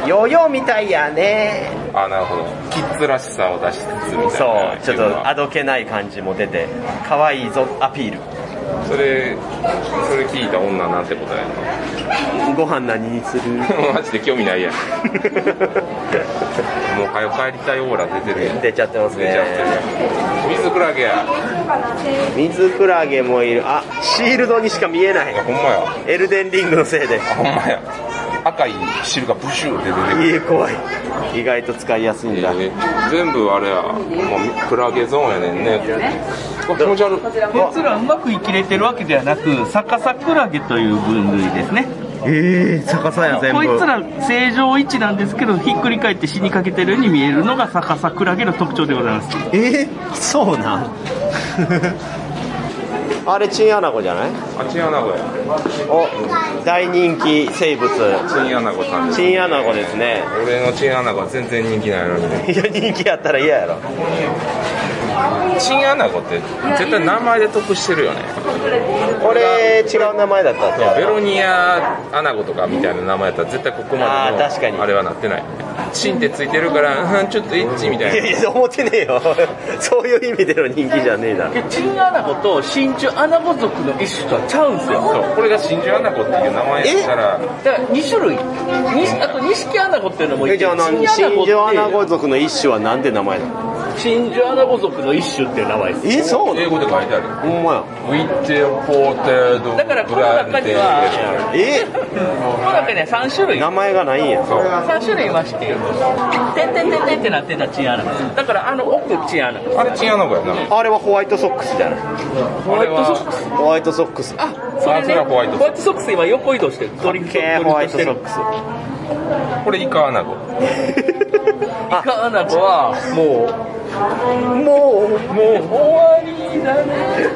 S1: ヨーヨーみたいやね
S3: あ、なるほど。キッズらしさを出しつつみ
S1: そ
S3: たいな。
S1: うちょっ
S3: いうの
S1: と
S3: は
S1: あどけない感じも出て可愛いぞアピール
S3: それ、それ聞いた女なんて答える
S1: ご飯何にする
S3: の マジで興 味ないやん。もう早く帰りたいオーラ出てるやん。
S1: 出ちゃってます
S3: 出ちゃ
S1: ね
S3: ってるやん。水クラゲや。
S1: 水クラゲもいるあシールドにしか見えない
S3: あほんまや。
S1: エルデンリングのせいで
S3: あほんまや。 赤い汁がブシューって出てく
S1: い
S3: る。
S1: い怖い意外と使いやすいんだ、
S3: えー全部あれや、もうクラゲゾーンやねんね。あ気持ち悪い。
S2: こいつらうまく生きれてるわけではなく、逆さクラゲという分類ですね。
S1: ええ逆さや
S2: こいつら正常位置なんですけど、ひっくり返って死にかけてるように見えるのが逆さクラゲの特徴でございます。
S1: えー、そうなん あれチンアナゴじゃない
S3: あ、チンアナゴや。
S1: お大人気生物
S3: チンアナゴさんです。
S1: チンアナゴですね
S3: 俺のチンアナゴは全然人気ないのにね。
S1: いや人気やったら嫌やろ
S3: チンアナゴって絶対名前で得してるよね。
S1: これ違う名前だったってや
S3: ベ
S1: ろ
S3: ロニアアナゴとかみたいな名前やったら絶対ここまでの
S1: あー確かに
S3: あれはなってない。チンってついてるから、うんちょっとエッチみた
S1: い
S3: い
S1: や
S3: な。
S1: いや思ってねえよそういう意味での人気じゃねえだろ
S2: チンアナゴと真珠アナゴ族の一種とはちゃうんですよ。
S3: そうこれが真珠アナゴっていう名前やったら、
S2: だから2種類。にあと、ニシキアナゴっていうのもい
S1: え
S2: て、
S1: じゃあ何
S2: チンアナ
S1: 真
S2: ゴっ
S1: 珠アナ
S2: て、
S1: ゴ族の一種はなんて名前なの
S2: 真珠アナゴ族の一種っていう名前です。
S1: えそうな
S3: 英
S1: の
S3: 語で書いてある。
S1: ほんまや
S3: ウィテポーテド
S2: だからこの中には、
S1: え
S2: この中には3種類
S1: 名。前がないんや
S3: そう
S2: 3種類いまして、てんてんてんてんってなってたチンアナゴ。だからあの奥チンアナゴ。
S3: あれチンアナゴやな。
S1: あれはホワイトソックスじゃない
S2: ホワイトソックス。
S1: ホワイトソックス
S2: あ、それ
S3: あそれ
S2: ね。
S3: はホワイトソックス
S2: ソックス今横移動してる。ドリフト
S1: けーホワイトソッ
S2: ク
S1: クス
S3: これイカアナゴ。
S2: ス。イカアナゴは、も
S1: もう
S2: う、もう終わりだね。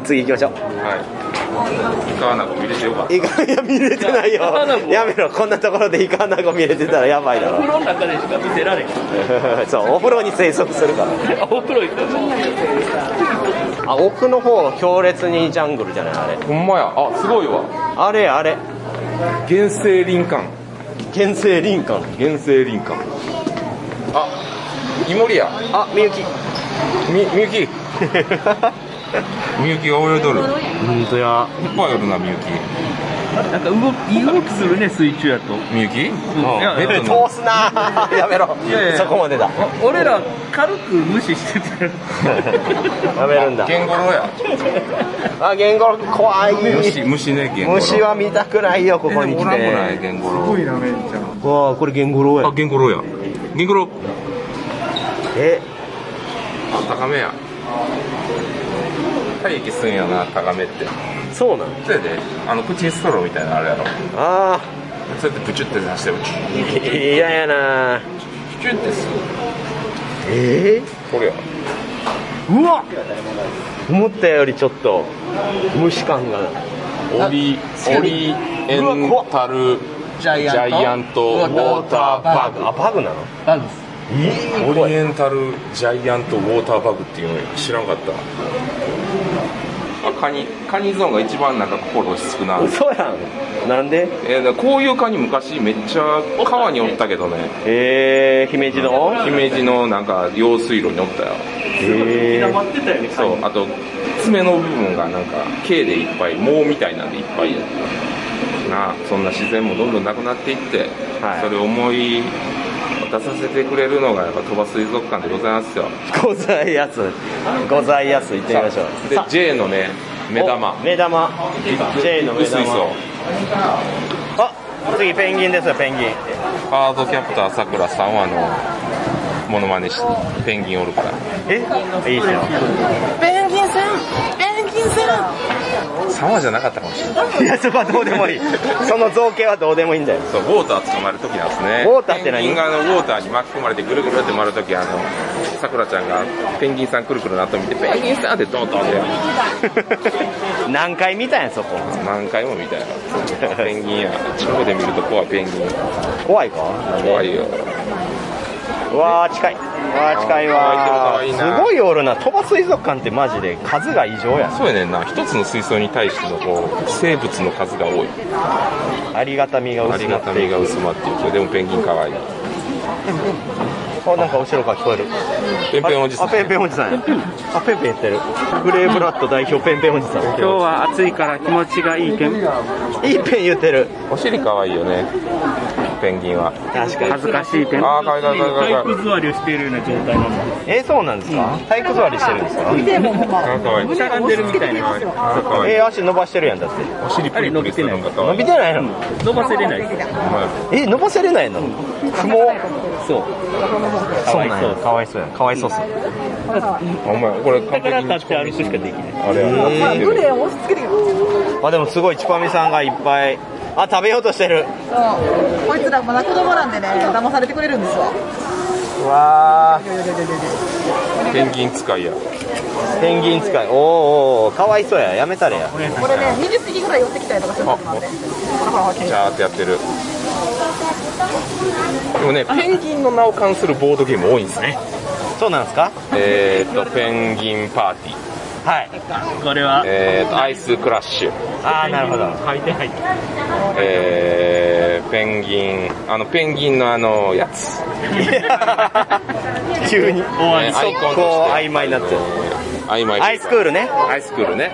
S1: 次行きましょう
S3: はい。イカアナゴ見れてよかった。
S1: イカいや見れてないよ
S2: イカアナゴ
S1: やめろこんなところでイカアナゴ見れてたらやばいだ
S2: お
S1: ろ
S2: 風呂の中でしか見せられへん。
S1: そうお風呂に生息するから
S2: お風呂行ったら。
S1: あ奥の方強烈にジャングルじゃないあれ
S3: ほんまや。あ、すごいわ。
S1: あれあれ
S3: 原生林間。
S1: 原生林間
S3: 原生林間。あ、イモリや。
S1: あみゆき
S3: み、みゆき。みゆきが泳いどる。
S1: 本当や。
S3: いっぱいおるな、みゆき。
S2: なんか動き、いい動きするね、水中やと。
S3: みゆき
S2: いや
S3: ベッドの
S1: 通すな ぁやめろ
S2: いやいや
S1: そこまでだ
S2: お俺ら、軽く無視してたよ。
S1: やめるんだ
S3: ゲンゴロや。
S1: あ言語怖い
S3: 虫、虫ね、ゲンゴ ロ。
S1: 虫は見たくないよここに来
S3: おらんもな
S1: て
S3: い、ゲンゴロ。
S1: わあこれゲンゴロウ
S3: あ、
S1: や
S3: ゲンゴロや。ゲンゴロ、
S1: え
S3: あ高めや。体液すんやな、高めって。
S1: そうなの
S3: それで、あの、口にストローみたいなのあるやろ。
S1: あ
S3: そうやってブチュって出して、ブチュ
S1: あ嫌やな
S3: ブチュってする。
S1: え
S3: これや。
S1: えうわ思ったよりちょっと虫感が
S3: オリ、オリエンタルジャイアントウォーターバグ。
S1: あバグなの
S3: オリエンタルジャイアントウォーターバグっていうの知らんかったあカニカニゾーンが一番なんか心落ち着くな
S1: 嘘やんなんで
S3: えーだからこういうカニ昔めっちゃ川におったけどね
S1: えー、姫路の
S3: 姫路のなんか用水路におったよ
S1: えー、
S10: ってたよね
S3: そうあと爪の部分がなんか毛でいっぱい毛みたいなんでいっぱいやったなあそんな自然もどんどんなくなっていって、
S1: はい
S3: それを思い出させてくれるのがやっぱ鳥羽水族館でございますよ
S1: ございやすございやす行ってみましょう
S3: で
S1: さ
S3: J のね目玉
S1: お目玉 J の目
S3: 薄い
S1: 玉
S3: そう
S1: あ次ペンギンですよペンギン
S3: カードキャプターさくらさんはあのモノマネしペンギンおるから
S1: えいいですよ
S4: ペンギンさんペンギンさん
S3: 3話じゃなかったかもしれない
S1: いやそこはどうでもいいその造形はどうでもいいんだよ
S3: そうウォーター捕まる時なんですね
S1: ウォーターって何
S3: ペンギンがあのウォーターに巻き込まれてぐるぐるって回る時あのさくらちゃんがペンギンさんくるくるなと見てペンギンさんってドンドンって
S1: 何回見たんやそこ
S3: 何回も見たいなペンギンや近くで見ると怖いペンギン
S1: 怖いか
S3: 怖いよ
S1: うわあ近いうわー近い
S3: あ
S1: わ
S3: ーいい
S1: ー
S3: な
S1: すごいおるな鳥羽水族館ってマジで数が異常や
S3: そうやねんな一つの水槽に対してのこう生物の数が多い
S1: ありがたみが
S3: あ
S1: 薄
S3: り
S1: ま
S3: が
S1: ったて
S3: み
S1: いく
S3: が薄まっていくでもペンギン可愛い
S1: あなんか後ろから聞こえる
S3: ペンペンおじさん
S1: あペンペンおじさんやあペンペンやってるグレーブラッド代表ペンペンおじさん
S10: 今日は暑いから気持ちがいいけん
S1: いいペン言ってる
S3: お尻可愛いよねペンギンは
S1: 確かに
S10: 恥ずかしいけん
S3: ああ、かわいいかわいいかわいいか
S10: 座
S3: わいい。
S10: りをしているような状態なんだ
S1: えーそうなんですか体育座りしてるんですか
S3: あかわいい。しゃがんでるみたいな。あかわいい。
S1: えー足伸ばしてるやんだって
S3: お尻プリプリするのがかわ
S1: 伸
S3: いい。
S1: びてないの
S11: 伸ばせれないです
S1: え伸ばせれないの不毛そうそうなんやかわいそうやかわいそうっすね
S3: お前、これ完璧に。
S10: って歩くしかできない
S3: あれやな。
S4: あグレー押し付けてくる
S1: あでもすごいチュパミさんがいっぱいあ食べようとしてる
S4: そうこいつらまだ子供なんでね騙されてくれるんですわ
S1: うわ
S3: ペンギン使いや。
S1: ーペンギン使いおーおーかわいそうややめたれや
S4: これね20匹ぐらい寄ってきたりとかする
S3: あ、
S4: の
S3: も
S4: も
S3: う
S4: あってほらほらほら
S3: ジャーってやってる。でもね、ペンギンの名を冠するボードゲーム多いんですね。
S1: そうなんですか
S3: えーっと、ペンギンパーティー。
S1: はい
S10: これは
S3: えーっと、アイスクラッシュ。
S1: ああなるほど
S10: 回転入って
S3: えー、ペンギン、あの、ペンギンのあの、やつ。
S1: 急に
S3: ねアイコンとして
S1: こう曖昧になってる
S3: 曖昧。
S1: アイスクールね
S3: アイスクールね。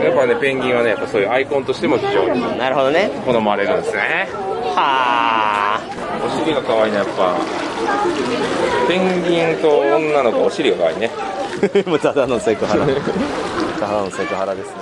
S1: う
S3: やっぱね、ペンギンはね、やっぱそういうアイコンとしても非常に
S1: んなるほどね
S3: 好まれるんですね。
S1: はあ
S3: お尻が可愛いな、やっぱ。ペンギンと女の子、お尻が可愛いね。
S1: もうただのセクハラただのセクハラですね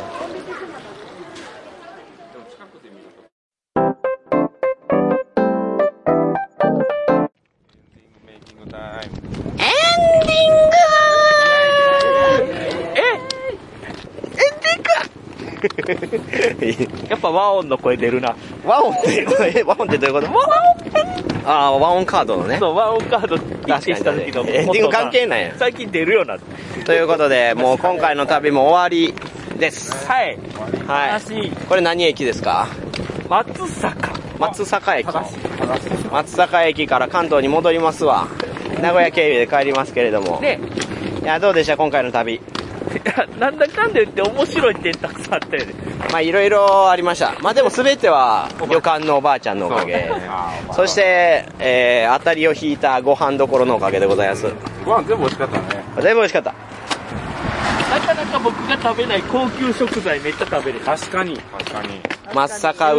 S2: やっぱ和音の声出るな。
S1: 和音ってえ和音ってどういうことああ和音カードのね
S2: そう、和音カード
S1: 確かに
S2: した時の
S1: エンディング関係ないやん
S2: 最近出るような。
S1: ということでもう今回の旅も終わりです
S2: はい。
S1: はい
S10: 私
S1: これ何駅ですか
S10: 松坂
S1: 松阪駅松阪駅から関東に戻りますわ名古屋経由で帰りますけれども
S10: で
S1: いやどうでした今回の旅
S10: いやなんだかんだ言って面白い点たくさんあったよね
S1: まあいろいろありましたまあでも全ては旅館のおばあちゃんのおかげそして、えー、当たりを引いたご飯どころのおかげでございます
S3: ご飯全部美味しかったね。
S1: 全部美味しかった
S10: なかなか
S2: 僕が食べない高級食材めっちゃ食べれる。
S1: 確かに。
S3: 確かに。
S1: 松阪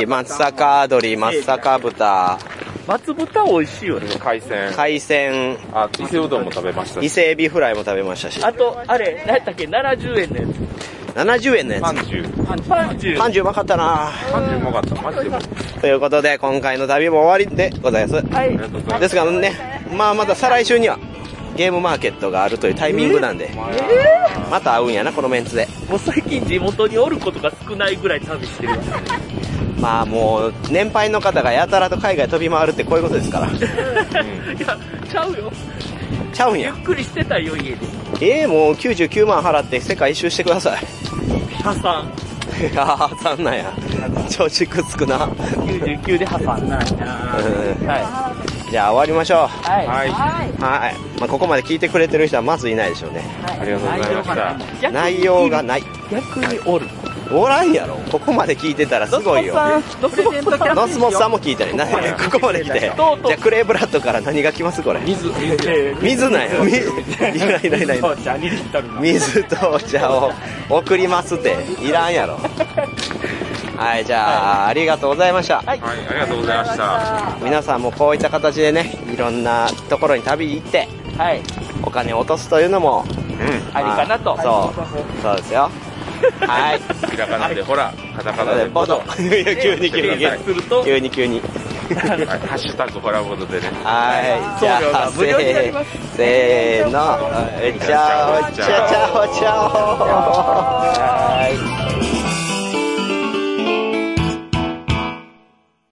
S1: 牛、松阪鶏、松阪豚、
S2: 松豚美味しいよね。
S3: 海鮮。
S1: 海鮮、
S3: あ、伊勢うどんも食べました
S1: 伊
S3: し。
S1: 勢エビフライも食べましたし、
S2: あと、あれ、何やったっけ ?70 円のやつ。
S1: 70円のや
S3: パンジュ。
S2: パンパンジュ。
S1: つ。パンジうまかったな
S3: パンジュうまかった。マジでうまかっ
S1: ということで、今回の旅も終わりでございます。
S3: た。ありがとうございます。
S1: ですがね、まあまだ再来週には、ゲームマーケットがあるというタイミングなんで、また会うんやな、このメンツで。
S2: もう最近地元におることが少ないぐらい旅してるわ。
S1: まあもう、年配の方がやたらと海外飛び回るってこういうことですから。
S2: いや、ちゃうよ。
S1: ちゃうん
S2: ゆっ
S1: や。
S2: くりしてたよ、家で。
S1: ええもう99万払って世界一周してください。
S2: 破産。
S1: ああ、残なんや。調子くつくな。
S2: 99で破産。
S1: うん
S2: は
S1: じゃあ終わりましょ
S2: い。はい。
S3: はい。
S1: う。はい。まあここまで聞いてくれてる人はまずいないでしょうね。
S3: ありがとうございました。
S2: 逆に
S1: 内容がない。
S2: 逆におる。
S1: おらんやろ。ここまで聞いてたらすごいよ。
S2: ドスボスさん。
S1: ノスモさんも聞いてない。なんでここまで来て。じゃ
S2: とうとう
S1: あクレーブラッドから何が来ますこれ。
S3: 水、水。
S1: 水なんや。みいらないいらないいらない。
S2: じゃあ2リットルの。
S1: 水とお茶を送りますって。いらんやろ。はい、じゃあ、ありがとうございました。
S3: はい、ありがとうございました。
S1: 皆さんもこういった形でね、いろんなところに旅行って、
S2: はい。
S1: お金を落とすというのも、
S2: ありかなと。
S1: そう、そうですよ。はい。
S3: ひらがなでほら、カタカナで
S1: ボ
S3: ボ
S1: ド
S3: ド。。
S1: いや 急に急に急に
S2: すると、
S1: 急に急に。
S3: はいハッシュタグホラボドでね。
S1: はい。じゃあ、せーせーの。チャオチャオチャオ。はい。